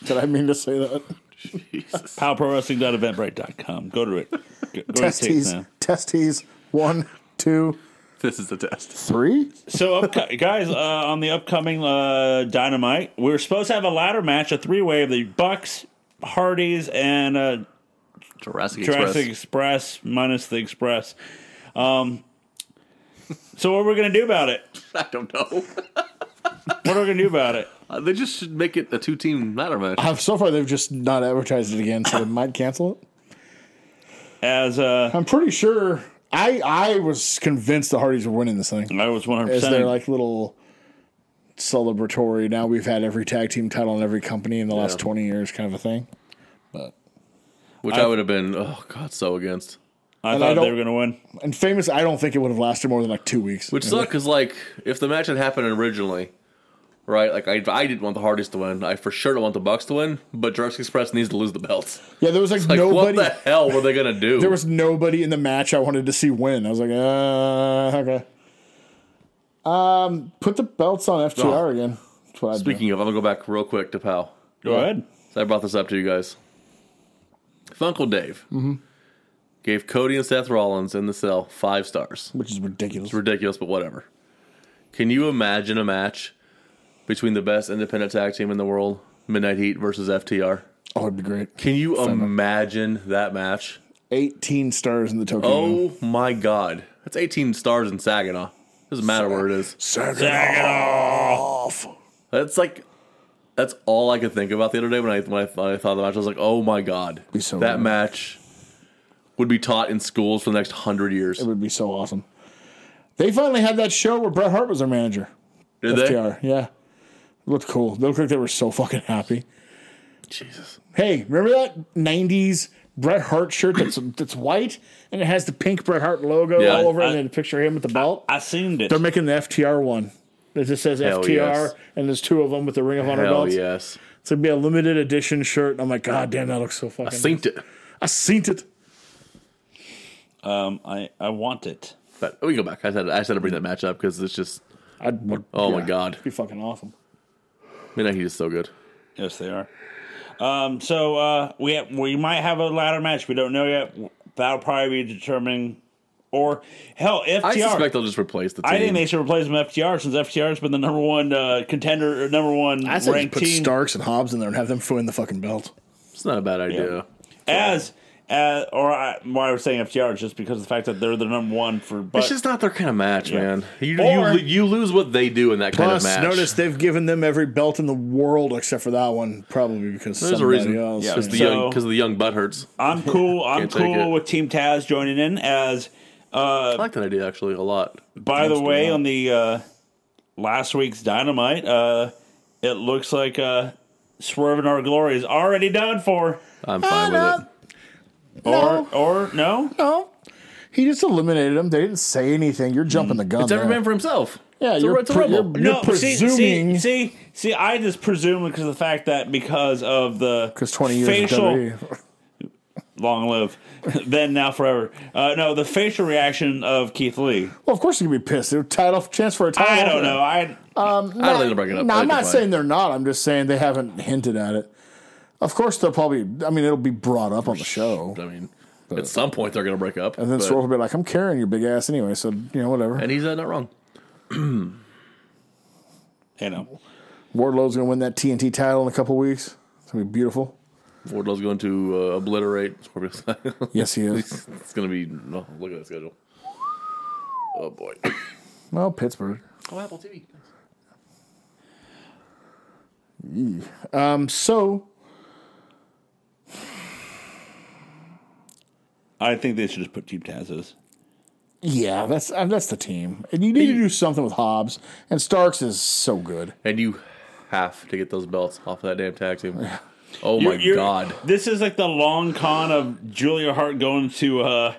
C: Did I mean to say that?
B: Jesus.
A: Powerprowrestling.eventbrite.com. Go to it. Go, go to the tapes
C: Testes.
A: now.
C: Testes. One, two,
B: This is the test.
C: three.
A: So, upco- guys, uh, on the upcoming uh, Dynamite, we were supposed to have a ladder match, a three way of the Bucks, Hardys, and uh,
B: Jurassic,
A: Jurassic
B: Express.
A: Express. minus the Express. Um, so, what are we going to do about it?
B: I don't know.
A: What are we going to do about it?
B: Uh, they just should make it a two team ladder match.
C: Uh, So far, they've just not advertised it again, so they might cancel it.
A: As uh,
C: I'm pretty sure. I I was convinced the Hardys were winning this thing.
A: I was 100%.
C: as their like little celebratory. Now we've had every tag team title in every company in the last twenty years, kind of a thing.
B: Which I, would have been, oh God, so against.
A: I
C: and I
A: thought they
C: don't-
A: were going to win.
C: And famous, I don't think it would have lasted more than like two weeks.
B: Which sucked because, like, if the match had happened originally, right? Like, I, I didn't want the Hardys to win. I for sure don't want the Bucks to win. But Jurassic Express needs to lose the belts.
C: Yeah, there was like,
B: Like, what
C: nobody.
B: the hell were they gonna do?
C: There was nobody in the match I wanted to see win. I was like, uh, okay. Um, put the belts on FTR
B: Oh.
C: again. That's what I'd do.
B: Speaking of, I'm gonna go back real quick to Pal.
A: Go ahead.
B: So I brought this up to you guys. If Uncle Dave
C: Mm-hmm.
B: gave Cody and Seth Rollins in the cell five stars.
C: which is ridiculous.
B: Ridiculous, but whatever. Can you imagine a match between the best independent tag team in the world, Midnight Heat versus FTR?
C: Oh, it'd be great.
B: Can you imagine that match?
C: Eighteen stars in the Tokyo. Dome.
B: Oh my god. That's 18 stars in Saginaw. Doesn't matter where it is.
C: Sag it
A: Sag it
C: off.
B: That's like that's all I could think about the other day when I when I, when I thought of the match. I was like, oh my god,
C: Be so
B: that
C: good.
B: match would be taught in schools for the next hundred years.
C: It would be so awesome. They finally had that show where Bret Hart was their manager.
B: Did they?
C: FTR, yeah. Looked cool. They looked like they were so fucking happy.
B: Jesus,
C: Hey, remember that 90s Bret Hart shirt that's that's white and it has the pink Bret Hart logo
B: Yeah,
C: all over
A: I-
C: and then a picture of him with the belt.
A: I assumed it.
C: They're making the FTR one. It just says
B: Hell
C: FTR
B: yes.
C: and there's two of them with the Ring of Honor
B: Hell
C: belts.
B: yes.
C: It's gonna be a limited edition shirt. And I'm like, God damn, that looks so fucking.
B: I synced it.
C: I seen it.
A: Um, I I want it.
B: But we can go back. I said I said to bring that match up because it's just
C: I would,
B: Oh my God.
C: it'd be fucking awesome.
B: Midnight Heat is so good.
A: Yes, they are. Um, so uh, we have, we might have a ladder match. We don't know yet. That'll probably be determining. Or hell, FTR.
B: I
A: I,
B: suspect they'll just replace the team.
A: think they should replace them with FTR since FTR's been the number one uh, contender, or number one
C: I said just
A: ranked
C: put
A: team.
C: Starks and Hobbs in there and have them win the fucking belt.
B: it's not a bad idea.
A: as uh, or I, why I was saying FTR is just because of the fact that they're the number one for. But
B: It's just not their kind of match, man. You, you
A: Or-
B: lo- you lose what they do in that
C: Plus,
B: kind of match.
C: notice they've given them every belt in the world except for that one, probably because
B: There's
C: somebody
B: a reason
C: else.
A: Yeah.
B: because the
A: So-
B: young because the young butt hurts.
A: I'm cool. I'm
B: Can't take it.
A: cool with Team Taz joining in. As
C: Uh,
B: I like that idea actually a lot.
A: by the way, on the uh, last week's Dynamite, uh, it looks like uh, Swerve and Our Glory is already done for.
B: I'm
C: Uh,
B: fine with it.
A: Or or no?
C: No, he just eliminated them. They didn't say anything. You're jumping the gun.
B: It's every
C: there.
B: man for himself.
C: Yeah,
B: it's
C: you're
B: a, it's a
C: pre-
B: rebel.
C: you're-
A: no, see-
C: presuming-
A: See, see, see, I just presume because of the fact that because of the
C: 'Cause 20 years
A: facial
C: of E. WWE.
A: long live, then now forever. Uh, no, the facial reaction of Keith Lee.
C: Well, of course you can be pissed. They're title chance for a title.
A: I don't know. I
B: I don't think they'll bring it up.
C: No,
B: I
C: I'm
B: think they're
C: not saying
B: fine.
C: they're not. I'm just saying they haven't hinted at it. Of course, they'll probably. I mean, it'll be brought up on the show,
B: I mean, at some point they're gonna break up.
C: and then
B: but-
C: Swerve will be like, "I'm carrying your big ass anyway," so you know, whatever.
B: and he's uh, not wrong.
A: you know.
C: Wardlow's gonna win that TNT title in a couple weeks. It's gonna be beautiful.
B: Wardlow's going to uh, obliterate Scorpio Sky.
C: Yes, he is.
B: it's gonna be. No, look at that schedule. Oh boy.
C: well, Pittsburgh.
B: Oh, Apple TV.
C: Um, so
A: I think they should just put Team Taz as.
C: yeah, that's uh, that's the team, and you need to do something with Hobbs and Starks is so good.
B: And you have to get those belts off of that damn tag team. Oh my
A: You're- you're-
B: god.
A: This is like the long con of Julia Hart going to uh,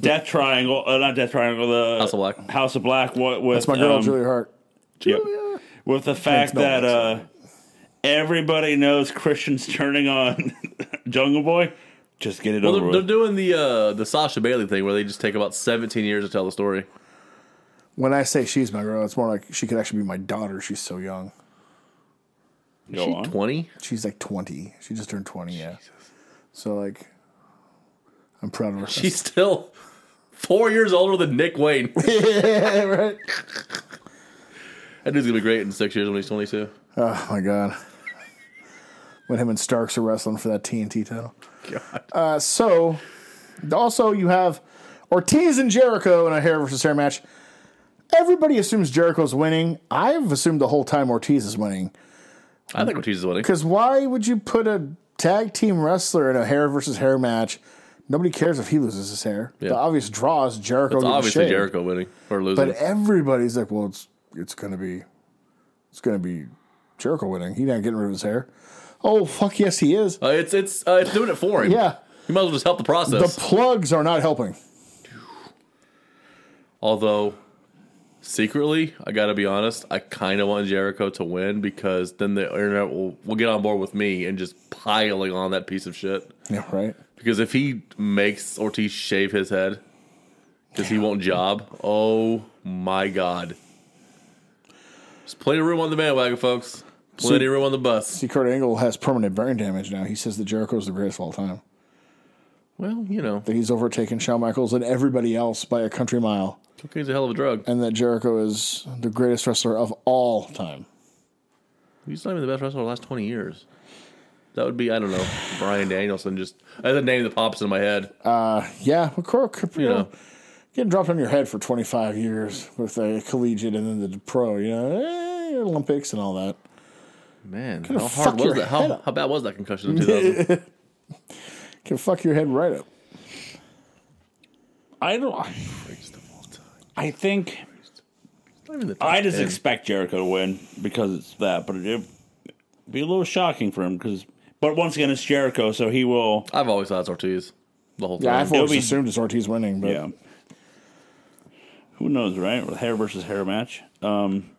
A: Death Triangle, uh, not Death Triangle, the
B: House of Black.
A: House of Black. What with
C: That's my girl,
A: um,
C: Julia Hart.
A: yep. with the fact
C: no
A: that
C: one
A: uh, everybody knows Christian's turning on Jungle Boy. Just get it
B: Well,
A: over
B: they're, they're
A: with.
B: doing the uh, the Sasha Bailey thing where they just take about 17 years to tell the story.
C: When I say she's my girl, it's more like she could actually be my daughter. She's so young.
A: Go
B: she
A: on.
B: 20?
C: She's like 20. She just turned 20, yeah. So, like, I'm proud of her.
B: She's still four years older than Nick Wayne.
C: yeah, right?
B: That dude's gonna be great in six years when he's 22.
C: Oh, my God. When him and Starks are wrestling for that TNT title.
B: God.
C: Uh, so, also, you have Ortiz and Jericho in a hair versus hair match. Everybody assumes Jericho's winning. I've assumed the whole time Ortiz is winning.
B: I think Ortiz is winning.
C: Because why would you put a tag team wrestler in a hair versus hair match? Nobody cares if he loses his hair.
B: Yeah.
C: The obvious draw is Jericho.
B: It's
C: getting
B: obviously
C: shaved.
B: Jericho winning or losing.
C: But everybody's like, well, it's it's gonna be, it's gonna be Jericho winning. He's not getting rid of his hair. Oh fuck yes, he is.
B: Uh, it's it's uh, it's doing it for him.
C: Yeah,
B: You might as well just help the
C: the
B: process.
C: plugs are not helping.
B: Although, secretly, I gotta be honest, I kind of want Jericho to win because then the internet will, will get on board with me and just piling on that piece of shit.
C: Yeah, right.
B: Because if he makes Ortiz shave his head because he won't job, oh my god. There's plenty of room on the bandwagon, folks. Plenty of room on the bus.
C: See, Kurt Angle has permanent brain damage now. He says that Jericho's the greatest of all time.
B: Well, you know,
C: That he's overtaken Shawn Michaels and everybody else by a country mile,
B: cocaine's a hell of a drug.
C: and that Jericho is the greatest wrestler of all time.
B: He's not even the best wrestler in the last 20 years. That would be, I don't know, Brian Danielson. Just that's a name that pops into my head.
C: Yeah, of course. You
B: Yeah.
C: know, getting dropped on your head for 25 years with a collegiate and then the pro, you know, eh, Olympics and all that.
B: Man, how
C: fuck
B: hard
C: your
B: was that?
C: head
B: How,
C: up.
B: how bad was that concussion in 2000?
C: Can fuck your head right up.
A: I don't. I think
B: Not even the top
A: I just
B: 10.
A: expect Jericho to win because it's that, but it'd be a little shocking for him because But once again, it's Jericho, so he will.
B: I've always thought it's Ortiz the whole
C: Yeah,
B: time.
C: I've always
A: It'll be-
C: assumed it's Ortiz winning, but
A: Yeah. Who knows, right? With hair versus hair match. Um,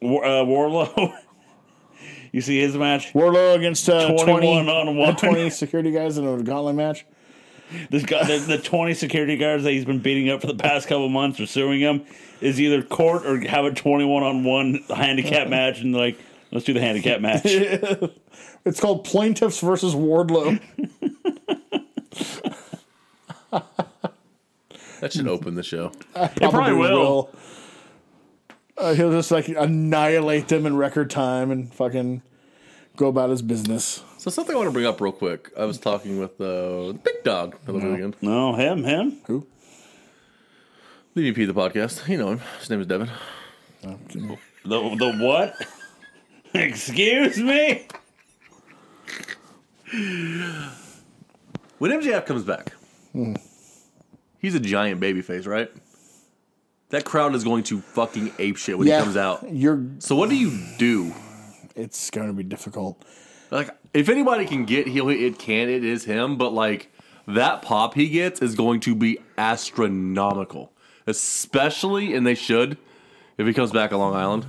A: War, uh, Warlow. you see his match.
C: Warlow against uh,
A: 21
C: 20,
A: on one.
C: 20 security guys in a gauntlet match.
A: This guy, the, the twenty security guards that he's been beating up for the past couple months or suing him is either court or have a twenty-one on one handicap match and like let's do the handicap match.
C: It's called Plaintiffs versus Wardlow.
B: That should open the show.
A: It probably will.
C: Uh, he'll just like annihilate them in record time and fucking go about his business.
B: So something I want to bring up real quick. I was talking with uh, Big Dog the other weekend,
A: No, him, him.
C: Who?
B: the VP of the podcast. You know him. His name is Devin.
A: The the what? Excuse me.
B: When MJF comes back,
C: Hmm.
B: he's a giant baby face, right? That crowd is going to fucking ape shit when
C: Yeah,
B: he comes out.
C: You're.
B: So what do you do?
C: It's going to be difficult.
B: Like, if anybody can get heel, it can. It is him. But like that pop he gets is going to be astronomical, especially and they should if he comes back on Long Island.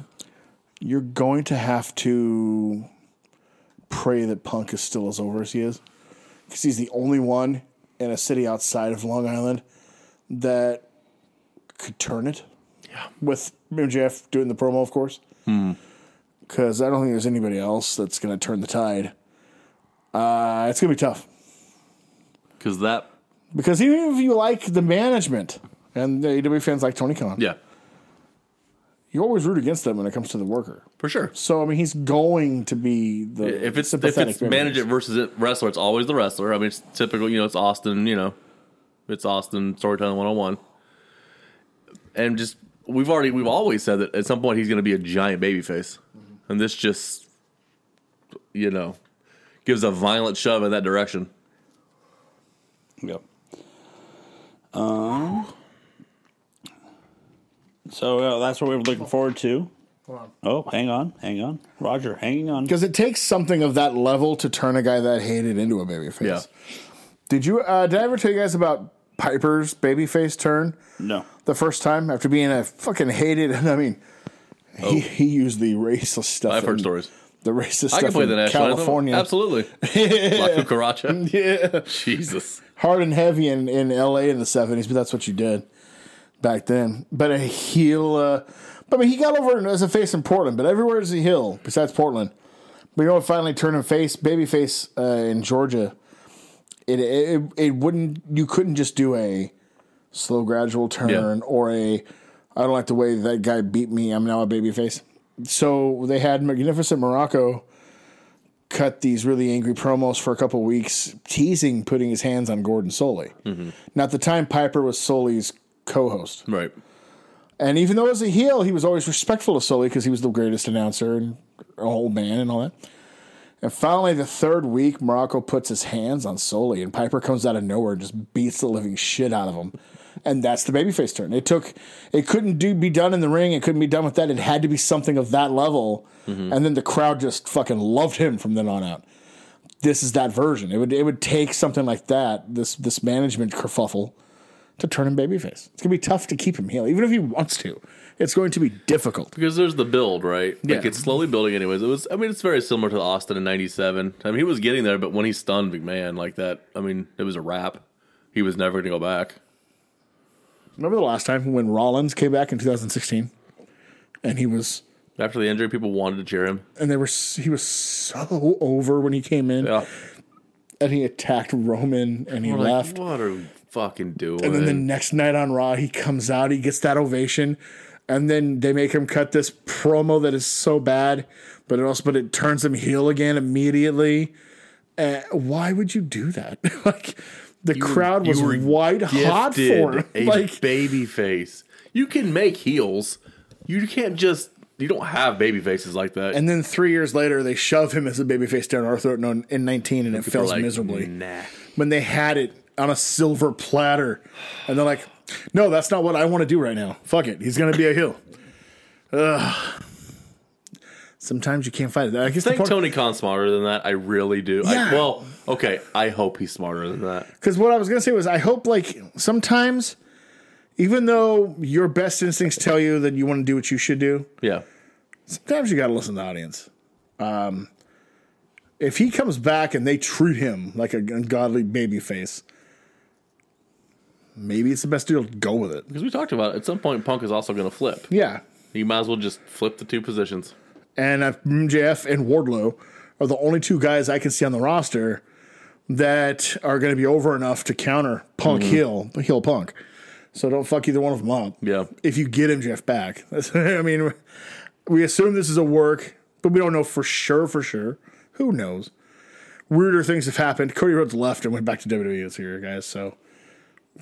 C: You're going to have to pray that Punk is still as over as he is, because he's the only one in a city outside of Long Island that could turn it. Yeah. With MJF doing the promo, of course. Because I don't think there's anybody else that's going to turn the tide. Uh, it's going to be tough.
B: Because that,
C: Because even if you like the management and the AW fans like Tony Khan,
B: yeah,
C: you always root against them when it comes to the worker.
B: for sure.
C: So I mean, he's going to be the
B: If it's if
C: sympathetic
B: it's
C: member.
B: manager versus it wrestler, it's always the wrestler. I mean, it's typical. You know, it's Austin. You know, it's Austin storytelling one on one. And just we've already we've always said that at some point he's going to be a giant babyface, and this just you know gives a violent shove in that direction.
A: Yep. Um. So uh, that's what we were looking forward to. Oh, hang on, hang on, Roger, hanging on.
C: because it takes something of that level to turn a guy that hated into a babyface.
B: Yeah,
C: Did you? Uh, did I ever tell you guys about Piper's babyface turn
A: No,
C: the first time after being a fucking hated? I mean, he, he used the racist stuff.
B: Oh. I've heard
C: in-
B: stories.
C: The racist
B: I
C: stuff
B: can play
C: in
B: the national anthem.
C: California,
B: absolutely. La cucaracha.
C: yeah,
B: Jesus.
C: hard and heavy in, in L.A. in the seventies, but that's what you did back then. But a heel, uh, but I mean, he got over as a face in Portland, but everywhere is a heel besides Portland. But you know, what finally turning face, babyface uh, in Georgia. It, it it wouldn't you couldn't just do a slow gradual turn
B: Yeah.
C: or a I don't like the way that guy beat me. I'm now a babyface. So they had magnificent Morocco cut these really angry promos for a couple weeks, teasing putting his hands on Gordon Soley. Now at the time, Piper was Soley's co-host,
B: Right.
C: and even though as a heel, he was always respectful of Soley because he was the greatest announcer and old man and all that. And finally, the third week, Morocco puts his hands on Soley, and Piper comes out of nowhere and just beats the living shit out of him. And that's the babyface turn. It took, it couldn't do be done in the ring. It couldn't be done with that. It had to be something of that level. And then the crowd just fucking loved him from then on out. This is that version. It would it would take something like that. This this management kerfuffle to turn him babyface. It's gonna be tough to keep him heel, even if he wants to. It's going to be difficult.
B: Because there's the build, right? Like
C: Yeah.
B: it's slowly building. Anyways, it was. I mean, it's very similar to the Austin in '97. I mean, he was getting there, but when he stunned McMahon like that, I mean, it was a wrap. He was never going to go back.
C: Remember the last time when Rollins came back in 2016, and he was
B: After the injury, people wanted to cheer him.
C: and they were s- he was so over when he came in,
B: Yeah,
C: and he attacked Roman and he
B: We're like,
C: left.
B: what are we fucking doing?
C: and then the next night on Raw, he comes out, he gets that ovation, and then they make him cut this promo that is so bad, but it also but it turns him heel again immediately. Uh, why would you do that? like the crowd was
B: You were
C: white hot for
B: gifted
C: him.
B: a
C: Like
B: baby face. You can make heels. You can't just. You don't have baby faces like that.
C: and then three years later, they shove him as a babyface down our throat in- in 19, and it
B: They're
C: fails
B: like,
C: miserably.
B: Nah.
C: When they had it on a silver platter, and they're like, "No, that's not what I want to do right now. Fuck it, he's gonna be a heel." Ugh. Sometimes you can't fight it. I guess
B: think
C: because
B: Tony Khan's smarter than that. I really do.
C: Yeah.
B: I, well, okay. I hope he's smarter than that.
C: what I was gonna say was I hope like sometimes, even though your best instincts tell you that you want to do what you should do,
B: Yeah.
C: sometimes you got to listen to the audience. Um, if he comes back and they treat him like a ungodly baby face, maybe it's the best deal to go with it.
B: Because we talked about it. At some point, Punk is also going to flip.
C: Yeah.
B: You might as well just flip the two positions.
C: And uh, MJF and Wardlow are the only two guys I can see on the roster that are going to be over enough to counter Punk
B: Mm-hmm.
C: heel, heel Punk. So don't fuck either one of them up.
B: Yeah.
C: if you get MJF back. That's- I mean, we assume this is a work, but we don't know for sure, for sure. Who knows? Weirder things have happened. Cody Rhodes left and went back to WWE this year, guys. So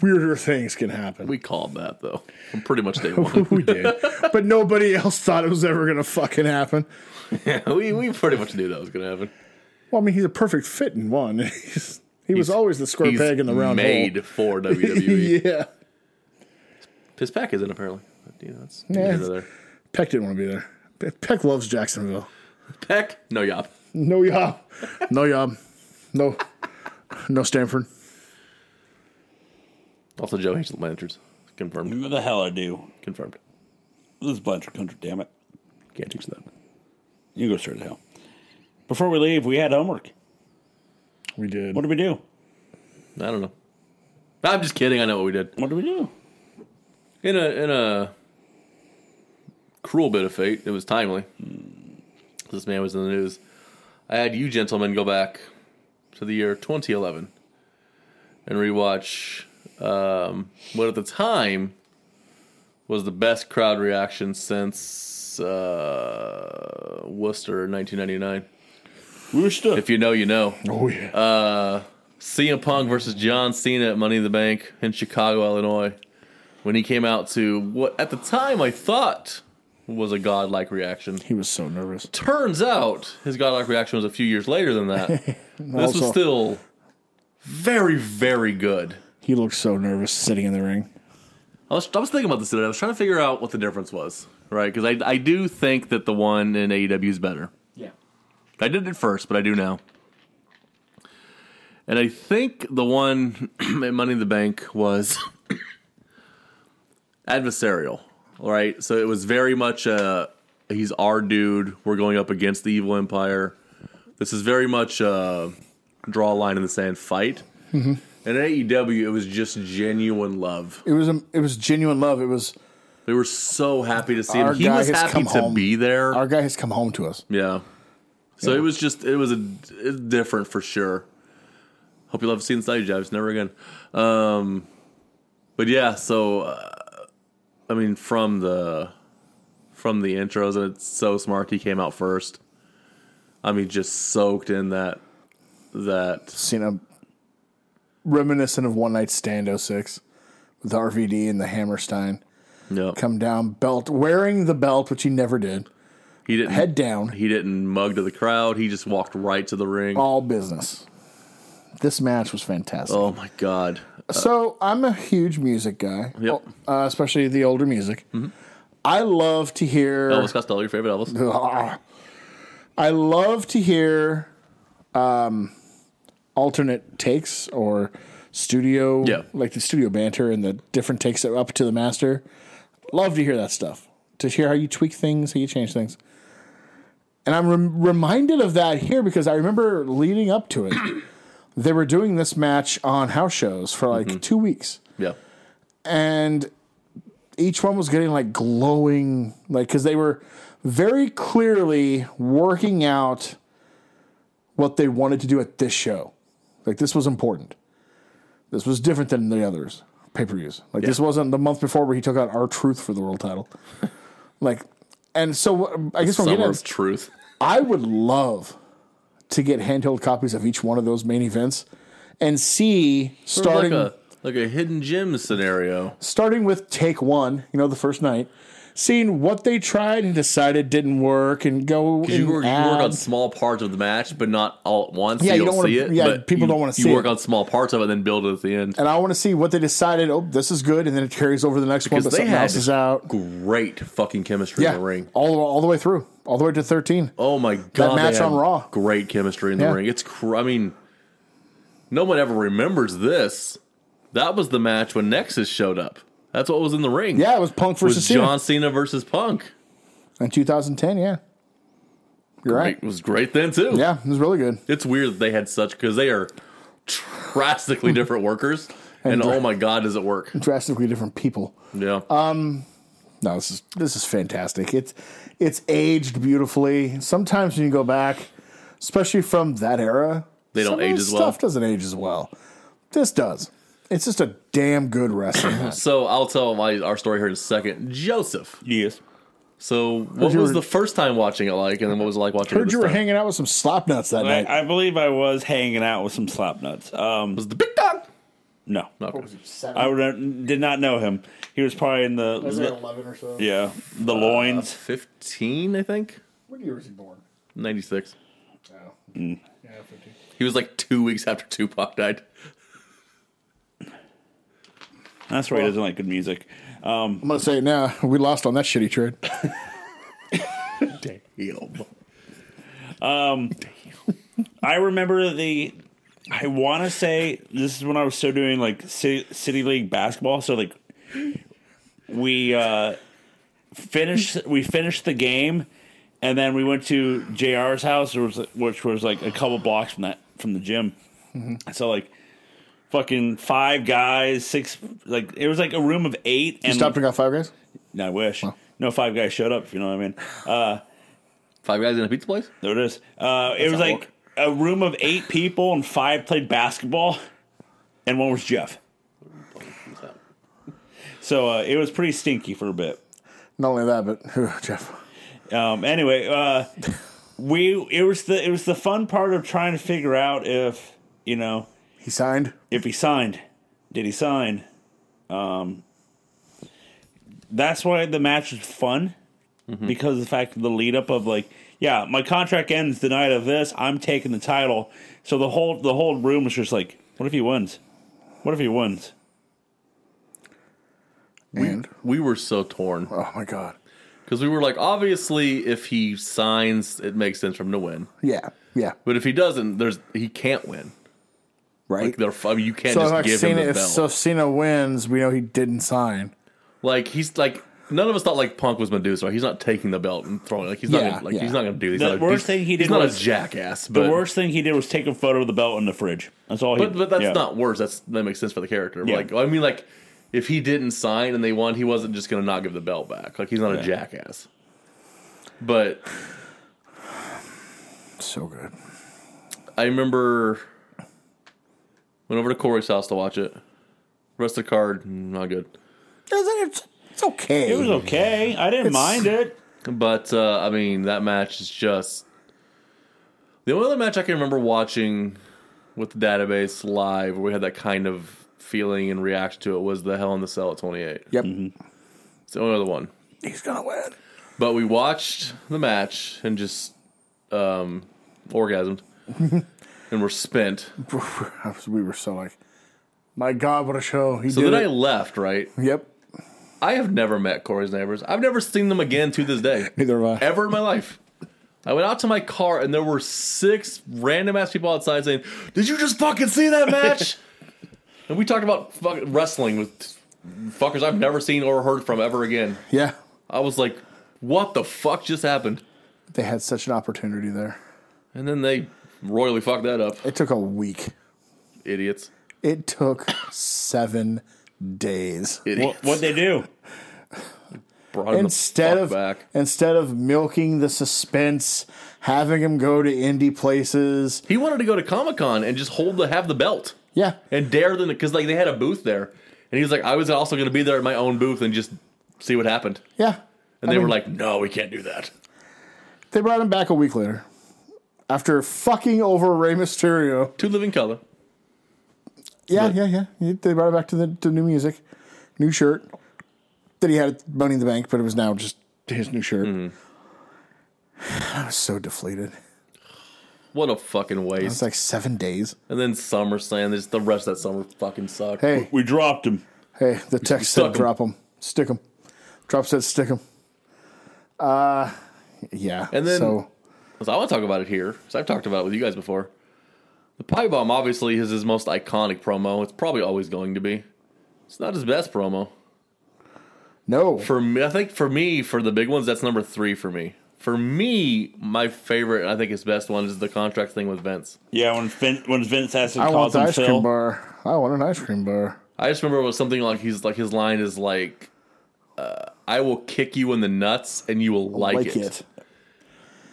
C: weirder things can happen.
B: We called that, though. From pretty much day one.
C: We did, but nobody else thought it was ever going to fucking happen.
B: yeah, we, we pretty much knew that was going to happen.
C: Well, I mean, he's a perfect fit in one. He's- he was always the square
B: He's
C: peg in the round
B: made
C: hole.
B: for WWE.
C: yeah,
B: His pack isn't, apparently. But, you know, that's
C: Yeah.
B: neither there.
C: Peck didn't want to be there. Pe- Peck loves Jacksonville.
B: Peck, no yop.
C: No job. No job. No. No Stanford.
B: Also, Joe hates lanterns. Confirmed.
A: What the hell I do?
B: Confirmed.
A: This is a bunch of country, damn it.
B: Can't teach that.
A: You go straight to hell. Before we leave, we had homework.
C: We did.
A: What do we do?
B: I don't know. I'm just kidding. I know what we did.
A: What do we do?
B: In a in a cruel bit of fate, it was timely. This man was in the news. I had you gentlemen go back to the year 2011 and rewatch um, what at the time was the best crowd reaction since uh, Worcester in 1999.
A: We're stuck.
B: If you know, you know.
C: oh yeah.
B: CM Punk versus John Cena at Money in the Bank in Chicago, Illinois, when he came out to what at the time I thought was a godlike reaction.
C: he was so nervous.
B: Turns out his godlike reaction was a few years later than that. this was
C: Also-
B: still very, very good.
C: He looked so nervous sitting in the ring.
B: I was, I was thinking about this today. I was trying to figure out what the difference was, right? Because I, I do think that the one in AEW is better.
A: Yeah.
B: I did it first, but I do now. And I think the one at Money in the Bank was adversarial, right? So it was very much a he's our dude. We're going up against the evil empire. This is very much a draw a line in the sand fight. And at AEW, it was just genuine love.
C: It was a, it was genuine love. It was
B: They were so happy to see him.
C: Our
B: he
C: guy
B: was
C: has
B: happy
C: come
B: to
C: home.
B: be there.
C: our guy has come home to us.
B: Yeah. So it was just it was a it's different for sure. Hope you love seeing side jabs. Never again. Um, but yeah, so uh, I mean, from the from the intros, and it's so smart. He came out first. I mean, just soaked in that that
C: Cena reminiscent of one night stand 06 with RVD and the Hammerstein
B: no.
C: come down belt wearing the belt which he never did.
B: He didn't
C: Head down.
B: He didn't mug to the crowd. He just walked right to the ring.
C: All business. This match was fantastic.
B: Oh my god!
C: So I'm a huge music guy,
B: Yep. Mm-hmm.
C: uh, especially the older music. I love to hear.
B: Elvis Costello, your favorite Elvis?
C: Ugh. I love to hear um, alternate takes or studio,
B: Yeah.
C: like the studio banter and the different takes up to the master. Love to hear that stuff, to hear how you tweak things, how you change things. And I'm rem- reminded of that here because I remember leading up to it, they were doing this match on house shows for like two weeks
B: Yeah.
C: and each one was getting like glowing like because they were very clearly working out what they wanted to do at this show like this was important this was different than the others pay-per-views like this wasn't the month before where he took out our truth for the world title like and so uh, i guess what i'm getting
B: Summer
C: at
B: of
C: is
B: Truth.
C: I would love to get handheld copies of each one of those main events and see
B: Sort of
C: starting
B: like a like a hidden gem scenario.
C: starting with take one, you know, the first night, seeing what they tried and decided didn't work, and go and
B: You work, you work on
C: add-
B: small parts of the match, but not all at once.
C: Yeah,
B: so you,
C: you
B: don't,
C: don't wanna-
B: see it.
C: yeah,
B: but
C: people
B: you-
C: don't wanna see
B: You work
C: it.
B: on small parts of it, then build it at the end.
C: and I want to see what they decided. Oh, this is good, and then it carries over the next one,
B: Because
C: but
B: they
C: something
B: had
C: else is out.
B: great fucking chemistry
C: Yeah,
B: in the ring.
C: all all the way through. all the way to 13.
B: Oh my god, they
C: match
B: had
C: on Raw.
B: great chemistry in the
C: Yeah.
B: ring. It's cr- I mean, no one ever remembers this. That was the match when Nexus showed up. That's what was in the ring.
C: Yeah, it was Punk
B: was
C: versus Cena
B: John Cena versus Punk.
C: in 2010. Yeah, you're right.
B: It was great then too.
C: Yeah, it was really good.
B: It's weird that they had such because they are drastically different workers. And,
C: dra- Uh,
B: oh my god, does it work?
C: Drastically different people.
B: Yeah,
C: No, this is this is fantastic. It's it's aged beautifully. Sometimes when you go back, especially from that era,
B: They don't
C: some of
B: age
C: this
B: as well.
C: Stuff doesn't age as well. This does. It's just a damn good wrestling match.
B: So I'll tell my our story here in a second. Joseph.
A: Yes.
B: So what
C: you
B: was
C: were-
B: the first time watching it like, and then what was it like watching it
C: Heard
B: this
C: you were
B: time?
C: hanging out with some slapnuts that night.
A: I, I believe I was hanging out with some slapnuts. Um,
B: It was the big dog?
A: no,
B: Okay.
A: I would- uh, did not know him. He was probably in the
C: eleven or so?
A: yeah the loins.
B: Fifteen, I think.
C: What year was he born?
B: Ninety six.
A: Mm.
C: Yeah, fifteen.
B: He was like two weeks after Tupac died.
A: That's why he doesn't like good music. Um,
C: I'm gonna say it now. We lost on that shitty trade.
B: Damn.
A: I remember the. I want to say this is when I was still doing like city, city league basketball. So like, we uh, finished we finished the game, and then we went to Jr's house, which was, which was like a couple blocks from that from the gym. So like, fucking five guys, six like it was like a room of eight. And
C: Stopped and got five guys.
A: No, I wish no five guys showed up. If you know what I mean.
B: Five guys in a pizza place?
A: There it is. Uh, it was
B: how it
A: like a room of eight people, and five played basketball, and one was Jeff. So uh, it was pretty stinky for a bit.
C: Not only that, but Jeff.
A: Um, anyway, uh, we it was the it was the fun part of trying to figure out if you know
C: He signed.
A: if he signed. Did he sign? Um, that's why the match is fun
B: Mm-hmm.
A: because of the fact of the lead up of like, yeah, my contract ends the night of this. I'm taking the title. So the whole the whole room was just like, what if he wins? What if he wins?
C: And
B: We were so torn.
C: oh my god.
B: Because we were like, obviously, if he signs, it makes sense for him to win.
C: Yeah. Yeah.
B: But if he doesn't, there's he can't win.
C: Right.
B: Like, they're, I mean, you can't
C: so
B: just
C: like
B: give
C: Cena,
B: him the
C: if
B: belt.
C: so if Cena wins, we know he didn't sign.
B: like, he's like, none of us thought like Punk was Medusa. He's not taking the belt and throwing it. Like, he's
C: Yeah,
B: not gonna, like
C: yeah.
B: he's not going to do this.
A: The
B: He's not a-
A: worst
B: he's-
A: thing he
B: he's
A: did
B: not
A: was-
B: a jackass. But,
A: The worst thing he did was take a photo of the belt in the fridge. That's all he.
B: but but that's
A: yeah.
B: not worse. That's that makes sense for the character.
A: Yeah.
B: Like, I mean, like if he didn't sign and they won, he wasn't just going to not give the belt back. Like, he's not a jackass. But
C: So good.
B: I remember went over to Corey's house to watch it. Rest of the card, not good.
C: Isn't it? It's okay.
A: It was okay. I didn't mind it.
B: But uh, I mean, that match is just the only other match I can remember watching with the database live where we had that kind of feeling and reaction to it was the Hell in the Cell at 28.
C: yep.
B: Mm-hmm. It's the only other one.
C: He's gonna win.
B: But we watched the match and just um, orgasmed and were spent.
C: we were so like, my God, what a show! He
B: So
C: did
B: then I
C: it.
B: left, right?
C: yep.
B: I have never met Corey's neighbors. I've never seen them again to this day.
C: Neither have I.
B: Ever in my life. I went out to my car and there were six random ass people outside saying, Did you just fucking see that match? and we talked about fuck wrestling with fuckers I've never seen or heard from ever again.
C: Yeah,
B: I was like, What the fuck just happened?
C: they had such an opportunity there.
B: And then they royally fucked that up.
C: It took a week.
B: Idiots.
C: It took seven days.
B: Idiots.
A: What what they do?
B: Brought him the
C: Instead
B: fuck
C: of
B: back.
C: instead of milking the suspense, having him go to indie places.
B: He wanted to go to Comic Con and just hold the have the belt.
C: Yeah,
B: and dare them because like they had a booth there, and he was like, I was also going to be there at my own booth and just see what happened.
C: yeah.
B: And
C: I
B: they were
C: mean-
B: like, No, we can't do that.
C: They brought him back a week later after fucking over Rey Mysterio.
B: Two Living Color.
C: Yeah,
B: But-
C: yeah, yeah. He- They brought it back to the to new music, new shirt that he had at Money in the Bank, but it was now just his new shirt. I was so deflated.
B: What a fucking
C: It's
B: waste.
C: like seven days.
B: And then SummerSlam, just the rest of that summer fucking sucked.
C: Hey,
A: We dropped him.
C: hey, the text
B: Stuck
C: said
B: 'em.
C: drop him, stick him. Drop said stick him. Uh, yeah.
B: And then-
C: so,
B: So I want to talk about it here because I've talked about it with you guys before. The pie bomb obviously is his most iconic promo. It's probably always going to be. It's not his best promo
C: no,
B: for me. I think for me, for the big ones, that's number three for me. For me, my favorite, and I think his best one, is the contract thing with Vince.
A: Yeah, when Vin, when Vince has to
C: I
A: call
C: want the
A: him
C: ice cream
A: Phil.
C: bar. I want an ice cream bar.
B: I just remember it was something like he's like his line is like, uh, "I will kick you in the nuts and you will like,
C: Like
B: it.
C: it.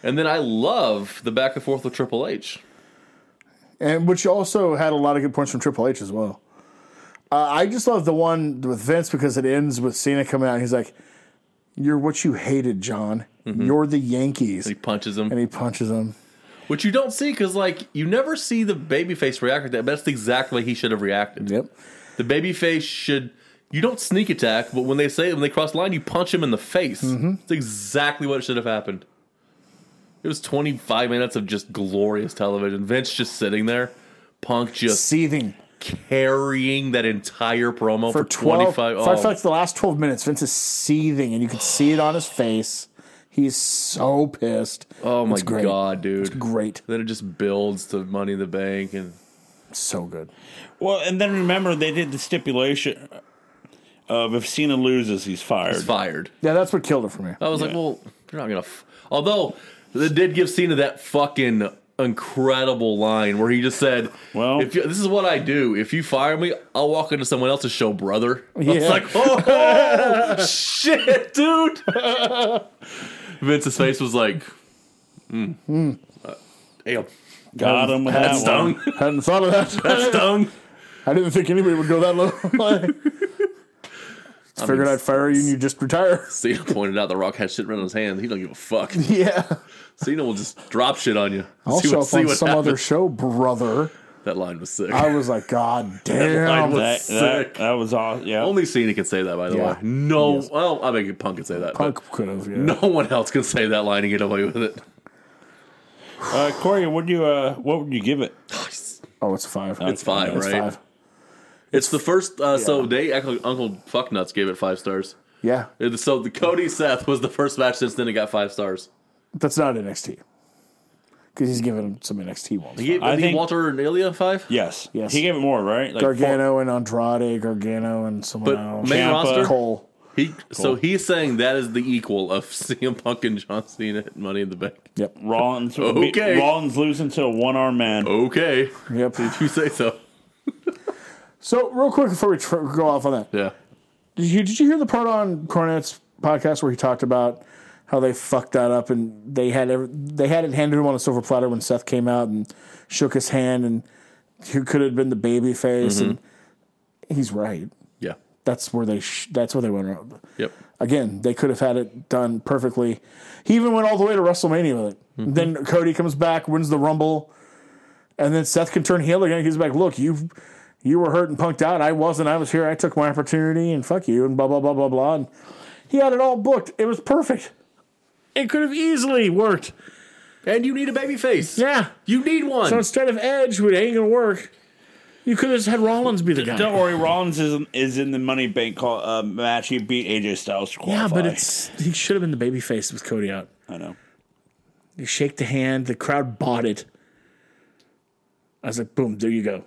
B: And then I love the back and forth with Triple H.
C: and which also had a lot of good points from Triple H as well. Uh, I just love the one with Vince because it ends with Cena coming out. And he's like, "You're what you hated, John.
B: Mm-hmm.
C: You're the Yankees,"
B: He punches him,
C: and he punches him.
B: which you don't see because like you never see the babyface react like that. But that's exactly he should have reacted.
C: Yep.
B: The babyface should. You don't sneak attack, but when they say when they cross the line, you punch him in the face.
C: Mm-hmm.
B: It's exactly what should have happened. It was 25 minutes of just glorious television. Vince just sitting there, Punk just
C: Seething
B: carrying that entire promo for,
C: for
B: 25
C: twelve. for I
B: oh.
C: feel like the last twelve minutes, Vince is seething, and you can see it on his face. He's so pissed.
B: oh my
C: It's great.
B: god dude
C: Great,
B: then it just builds to money in the bank and
C: so good.
A: Well, and then remember they did the stipulation of if Cena loses, he's fired.
B: it's fired
C: Yeah, that's what killed it for me.
B: i was like well you're not gonna f-. although it did give cena that fucking incredible line where he just said
A: Well-
B: if you, this is what i do if you fire me i'll walk into someone else's show brother it's
C: Yeah.
B: like oh shit dude vince's face was like mm. Uh, damn
A: Got him with
C: Had
A: that
C: stung.
A: one.
C: Hadn't thought of that.
B: stung
C: I didn't think anybody would go that low. Just figured I'd fire you and you just retire.
B: Cena pointed out the Rock had shit written on his hands. He don't give a fuck.
C: Yeah.
B: Cena will just drop shit on you.
C: I'll
B: See
C: show
B: what-
C: up
B: see
C: on
B: what
C: some other
B: happens.
C: show, brother.
B: That line was sick.
C: I was like, God
B: line
C: damn.
B: was-
A: That, that,
B: Sick. Oh,
A: that was awesome. Yeah.
B: Only Cena can say that, by the
C: Yeah.
B: way. No, well, I think Punk can say that.
C: Punk could have. Yeah.
B: but No one else can say that line and get away with it.
A: Uh, Corey, would you uh, what would you give it?
B: It's,
C: Oh, it's a five.
B: It's five,
C: It's
B: right?
C: five.
B: the first. Uh, So they Uncle, Uncle Fucknuts gave it five stars.
C: Yeah.
B: It- So the Cody Seth was the first match since then it got five stars.
C: That's not NXT. Because he's giving some NXT ones.
B: He gave
A: I
B: did he
A: think-
B: Walter and Ilya five.
A: Yes.
C: Yes.
A: He gave it more, right? Like
C: Gargano and Andrade, Gargano and someone
B: But
C: else.
B: main
A: Ciampa.
B: roster,
C: Cole.
B: he so he's saying that is the equal of CM Punk and John Cena at Money in the Bank.
C: Yep.
A: Four, Rollins.
B: Okay. Oh,
A: Rollins losing to a one arm man.
B: Okay,
C: Yep.
B: you say so.
C: So, real quick before we tr- go off on that,
B: Yeah.
C: Did you, did you hear the part on Cornette's podcast where he talked about how they fucked that up and they had every, they had it handed to him on a silver platter when Seth came out and shook his hand and who could have been the baby face and he's right.
B: Yeah.
C: That's where they sh- that's where they went wrong.
B: Yep.
C: Again, they could have had it done perfectly. He even went all the way to WrestleMania with it. Then Cody comes back, wins the Rumble, and then Seth can turn heel again. He's back. Look, you you were hurt and punked out. I wasn't. I was here. I took my opportunity, and fuck you, and blah blah blah blah blah. And he had it all booked. It was perfect. It could have easily worked.
B: And you need a baby face.
C: Yeah.
B: You need one.
C: So instead of Edge, who ain't gonna work, you could have just had Rollins be the guy.
A: Don't worry, Rollins is in, is in the Money Bank call, uh, match. He beat AJ Styles to qualify.
C: yeah, but it's he should have been the babyface with Cody out.
A: I know.
C: You shake the hand. The crowd bought it. I was like, boom, there you go.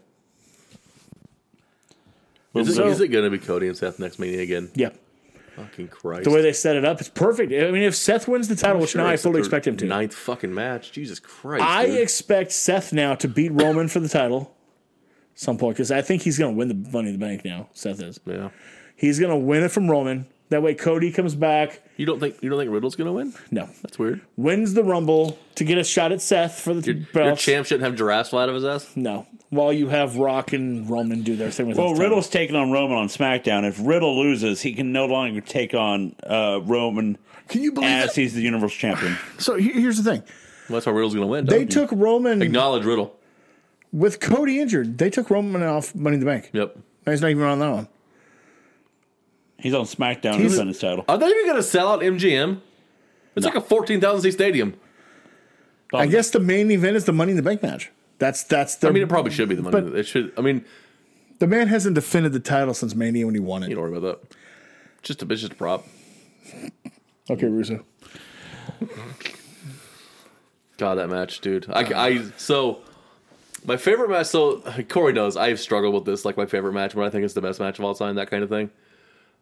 B: is, it,
C: So-
B: is it going to be Cody and Seth next meeting again?
C: Yeah.
B: Fucking Christ.
C: The way they set it up, it's perfect. I mean, if Seth wins the title, which now I fully expect him to,
B: Ninth fucking match. Jesus Christ.
C: I
B: dude.
C: expect Seth now to beat Roman for the title at some point because I think he's going to win the Money in the Bank now. Seth is.
B: yeah.
C: He's going to win it from Roman. That way, Cody comes back.
B: You don't think you don't think Riddle's going to win?
C: No,
B: That's weird.
C: wins the Rumble to get a shot at Seth for the
B: Your, your
C: belt.
B: champ shouldn't have giraffes fly out of his ass.
C: No, while you have Rock and Roman do their thing with
A: Well,
C: the title.
A: Riddle's taking on Roman on SmackDown. If Riddle loses, he can no longer take on uh, Roman
C: Can you believe
A: as he's the Universal Champion.
C: So he- here's the thing:
B: That's why Riddle's going to win.
C: they
B: dog.
C: took Roman
B: acknowledge Riddle.
C: with Cody injured. They took Roman off Money in the Bank.
B: Yep.
C: Now he's not even on that one.
A: He's on SmackDown to defend his title.
B: Are they even going to sell out MGM? It's like a fourteen thousand seat stadium.
C: I guess the main event is the Money in the Bank match. That's that's the.
B: I mean, it probably should be the money.
C: But-
B: it should. I mean,
C: the man hasn't defended the title since Mania when he won it.
B: you don't worry about that. Just a it's just a prop.
C: Okay, Russo.
B: God, that match, dude. I, I so my favorite match. So Corey knows I've struggled with this. Like my favorite match, what I think is the best match of all time, that kind of thing.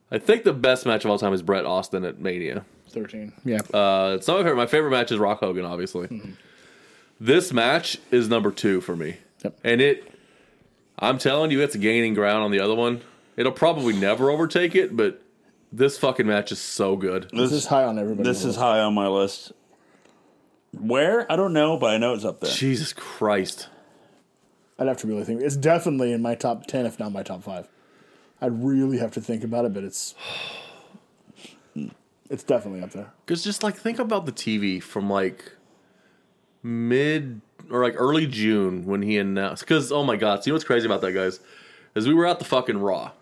B: I think the best match of all time is Brett Austin at Mania.
C: Thirteen. Yeah.
B: Uh, it's not my favorite. My favorite match is Rock Hogan, obviously. This match is number two for me,
C: Yep.
B: and it. I'm telling you, it's gaining ground on the other one. It'll probably never overtake it, but this fucking match is so good.
C: this, is high on everybody.
A: This is high on my list. Where? I don't know, but I know it's up there.
B: Jesus Christ.
C: I'd have to really think. It's definitely in my top ten, if not my top five. I'd really have to think about it, but it's it's definitely up there.
B: Because just like think about the TV from like mid or like early June when he announced. Because oh my god, see what's crazy about that, guys, is we were at the fucking Raw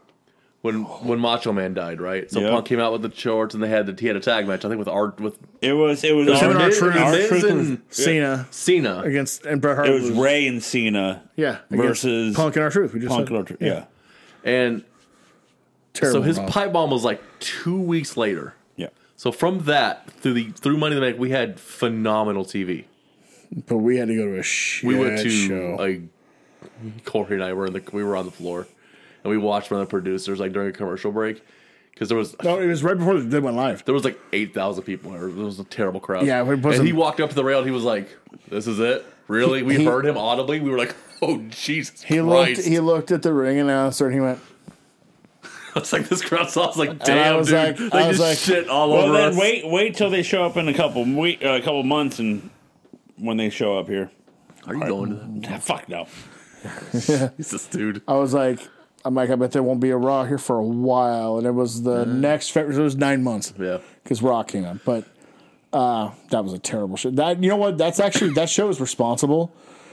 B: when when Macho Man died, right? So
A: Yeah.
B: Punk came out with the shorts and they had the, he had a tag match. I think with Art with
A: It was. It was.
C: him and
A: R-
C: R- R-Truth.
B: Miz
A: R-Truth
B: and
C: Cena
B: Cena.
C: against and Bret Hart.
A: it was Ray and Cena.
C: Yeah.
A: against versus Punk
C: Punk and our truth. We just
A: Punk Road Trip. Yeah.
B: And
C: terrible.
B: so his pipe bomb was like two weeks later.
A: Yeah.
B: So from that through the through Money in the Bank, we had phenomenal TV.
C: but we had to go to a shit
B: we went to
C: show.
B: like Corey and I were in the we were on the floor, and we watched one of the producers like during a commercial break because there was
C: no, it was right before they went live.
B: there was like eight thousand people. There It was a terrible crowd.
C: Yeah, it
B: and
C: wasn't-
B: he walked up to the rail. and He was like, "This is it, really." We
C: He-
B: heard him audibly. We were like, "Oh Jesus
C: He
B: Christ!"
C: looked. He looked at the ring announcer, and he went.
B: I was like, "This crowd saw." I was like,
C: I
B: "Damn,
C: was
B: dude!"
C: like-
B: they
C: I was
B: just
C: like,
B: shit all
A: Well,
B: over
A: then
B: us.
A: wait. Wait till they show up in a couple week, uh, a couple months, and when they show up here,
B: Are you going to that?
A: Nah, fuck no.
B: Jesus, dude.
C: I was like, I'm like, I bet there won't be a Raw here for a while. And it was the next February. It was nine months
B: Yeah,
C: because Raw came out. But uh, that was a terrible show. That you know what? That's actually that show is responsible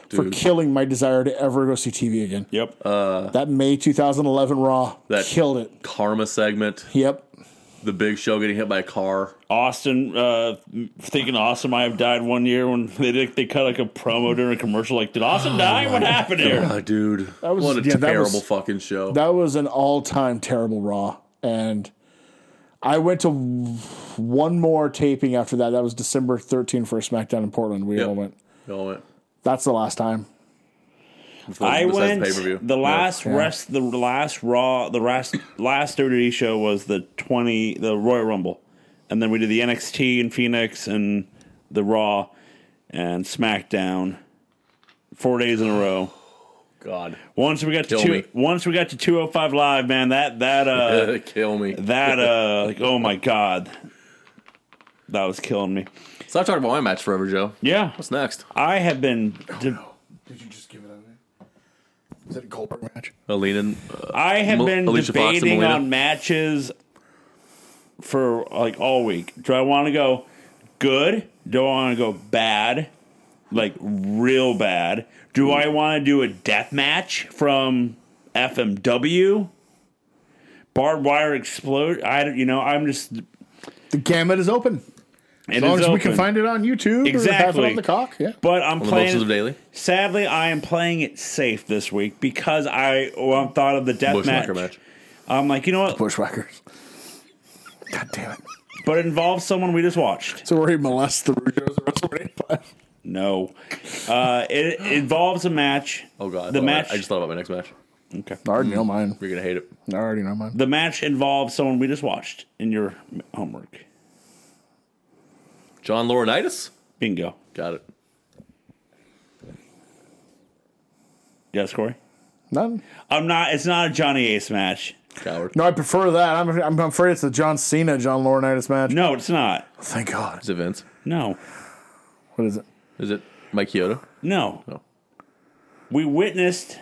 C: for
B: Dude. Uh.
C: killing my desire to ever go see TV again.
A: Yep.
C: That May 2011 Raw
B: That-
C: killed it.
B: karma segment.
C: Yep.
B: The Big Show getting hit by a car.
A: Austin, uh, thinking Austin might have died one year when they did, they cut like a promo during a commercial. Like, did Austin die? What happened here?
B: Oh, dude, that
C: was-
B: what a
C: yeah, that
B: terrible
C: was-
B: fucking show.
C: That was an all time terrible Raw. And I went to w- one more taping after that. That was December 13 for SmackDown in Portland. We
B: Yep.
C: all went.
B: Y'all went.
C: That's the last time.
A: I
B: Besides
A: went
B: pay-per-view.
A: the
B: Yeah.
A: last rest, the last Raw, the last last WWE show was the twenty, the Royal Rumble, and then we did the NXT in Phoenix and the Raw and SmackDown, four days in a row.
B: God.
A: Once we got to
B: Kill
A: two,
B: me.
A: once we got to two hundred five live, man, that that uh
B: Kill me.
A: that uh, like, oh my god, that was killing me.
B: Stop talking about my match forever, Joe.
A: Yeah,
B: What's Oh, next?
A: I have been. de-
C: Did you just give it away? Is it a Goldberg match?
B: Alina. Uh,
A: I have
B: Mo-
A: been
B: Alicia Fox and
A: debating
B: Melina.
A: on matches for like all week. Do I want to go good? Do I want to go bad? Like real bad? Do I want to do a death match from FMW? Barbed wire explode. I don't. You know, I'm just. It
C: The gamut is open. As long
A: is
C: as we can
A: open.
C: find it on YouTube or have it
A: Exactly.
C: on the cock. Yeah.
A: But I'm
B: the
A: playing.
B: motions of daily.
A: Sadly, I am playing it safe this week because I well, I thought of the death match.
B: Bushwhacker match.
A: I'm like, you know what?
C: Bushwhackers. God damn it.
A: But it involves someone we just watched.
C: So where he molests the Rougeos at WrestleMania 5.
A: No, uh, it involves a match.
B: Oh God.
A: the
B: I-
A: match.
B: I just thought about my next match.
A: okay.
C: I already know mine.
B: You're gonna hate it.
C: I already know mine.
A: The match involves someone we just watched in your homework.
B: John Laurinaitis.
A: Bingo.
B: Got it.
A: Yes, Corey.
C: None.
A: I'm not. It's not a Johnny Ace match.
B: Coward.
C: No, I prefer that. I'm, I'm afraid it's the John Cena, John Laurinaitis match.
A: No, it's not.
C: Thank God.
B: Is it Vince?
A: No,
C: What is it?
B: Is it Mike Kyoto?
A: no.
B: No.
A: We witnessed.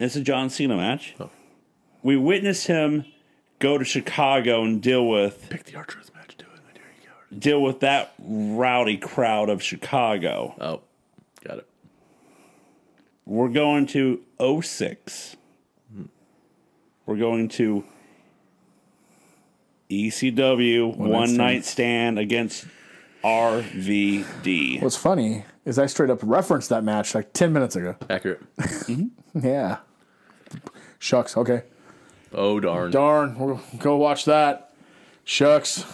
A: It's a John Cena match.
B: Oh.
A: We witnessed him go to Chicago and deal with
B: Pick the Archer match. Do it, my dear you coward.
A: deal with that rowdy crowd of Chicago.
B: Oh, got it.
A: We're going to 06. We're going to ECW One,
C: Stand.
A: Night Stand against RVD.
C: What's funny is I straight up referenced that match like 10 minutes ago.
B: Accurate.
C: Yeah. Shucks. Okay.
B: Oh darn.
C: Darn. We'll go watch that. Shucks.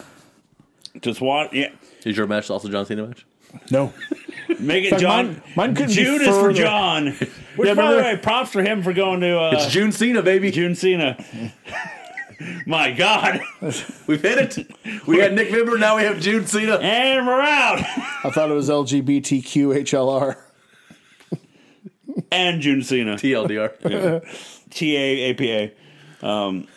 A: Just watch. Yeah,
B: Is your match also John Cena match?
C: No.
A: make it
C: fact,
A: John.
C: mine- mine couldn't be
A: June is for
C: further.
A: John. Which,
C: Yeah,
A: by the
C: remember-
A: way, props for him for going to uh,
B: It's June Cena, baby.
A: June Cena. My God,
B: We've hit it. We had Nick Vibber, now we have June Cena.
A: and we're out.
C: I thought it was LGBTQHLR.
A: And June Cena.
B: TLDR.
A: T A A P A. Um,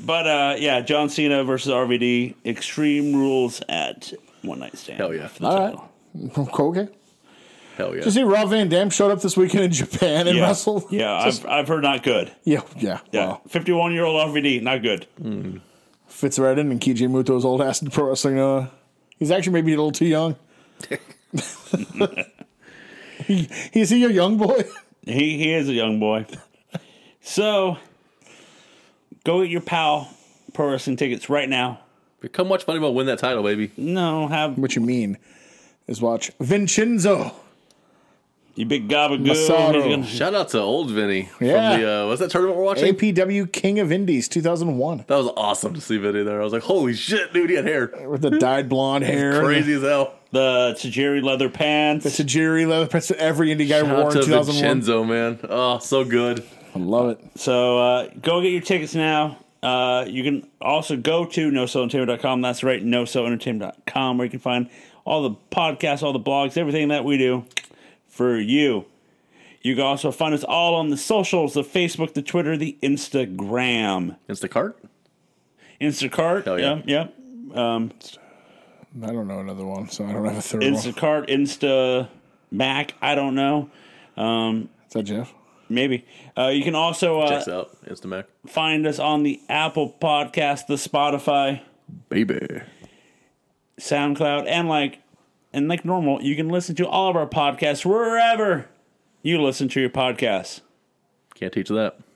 A: but uh, yeah, John Cena versus RVD, Extreme Rules at One Night Stand.
B: Hell yeah.
A: For the
C: All
A: title.
C: right. Okay.
B: Hell yeah.
C: You see, Rob Van Dam showed up this weekend in Japan and
A: Yeah,
C: wrestled.
A: yeah
C: Just-
A: I've, I've heard not good.
C: yeah, yeah.
A: Yeah,
C: Wow.
A: fifty-one year old RVD, not good.
C: Fits right in, and Kiji Muto's old ass in pro wrestling. Uh, he's actually maybe a little too young. He- is he a young boy?
A: He he is a young boy. So go get your pal pro wrestling tickets right now.
B: Come watch Moneyball win that title, baby.
A: No, have
C: what you mean is watch Vincenzo.
A: you big gabagoo.
C: Masato.
A: He's
B: Shout out to old Vinny.
C: Yeah.
B: From the, uh, what's that tournament we're watching?
C: APW King of Indies 2001
B: That was awesome to see Vinny there. I was like, holy shit, dude, he had hair.
C: with the dyed blonde hair.
B: Crazy as hell.
A: The Tajiri leather pants.
C: It's a Jerry leather press that every indie guy wore
B: Out
C: in
B: to
C: 2001.
B: Vincenzo, man. Oh, so good.
C: I love it.
A: So uh, go get your tickets now. Uh, you can also go to nosoentertainment.com. That's right, nosoentertainment.com, where you can find all the podcasts, all the blogs, everything that we do for you. You can also find us all on the socials the Facebook, the Twitter, the Instagram.
B: Instacart?
A: Instacart.
B: Hell yeah.
A: yeah. yeah.
C: I don't know another one, so I don't have a third one.
A: Instacart, Insta, Mac. I don't know.
C: Is that Jeff?
A: Maybe. Uh, you can also uh,
B: Checks out. Instamac.
A: find us on the Apple Podcast, the Spotify,
B: Baby.
A: SoundCloud, and like and like normal, you can listen to all of our podcasts wherever you listen to your podcasts.
B: Can't teach that.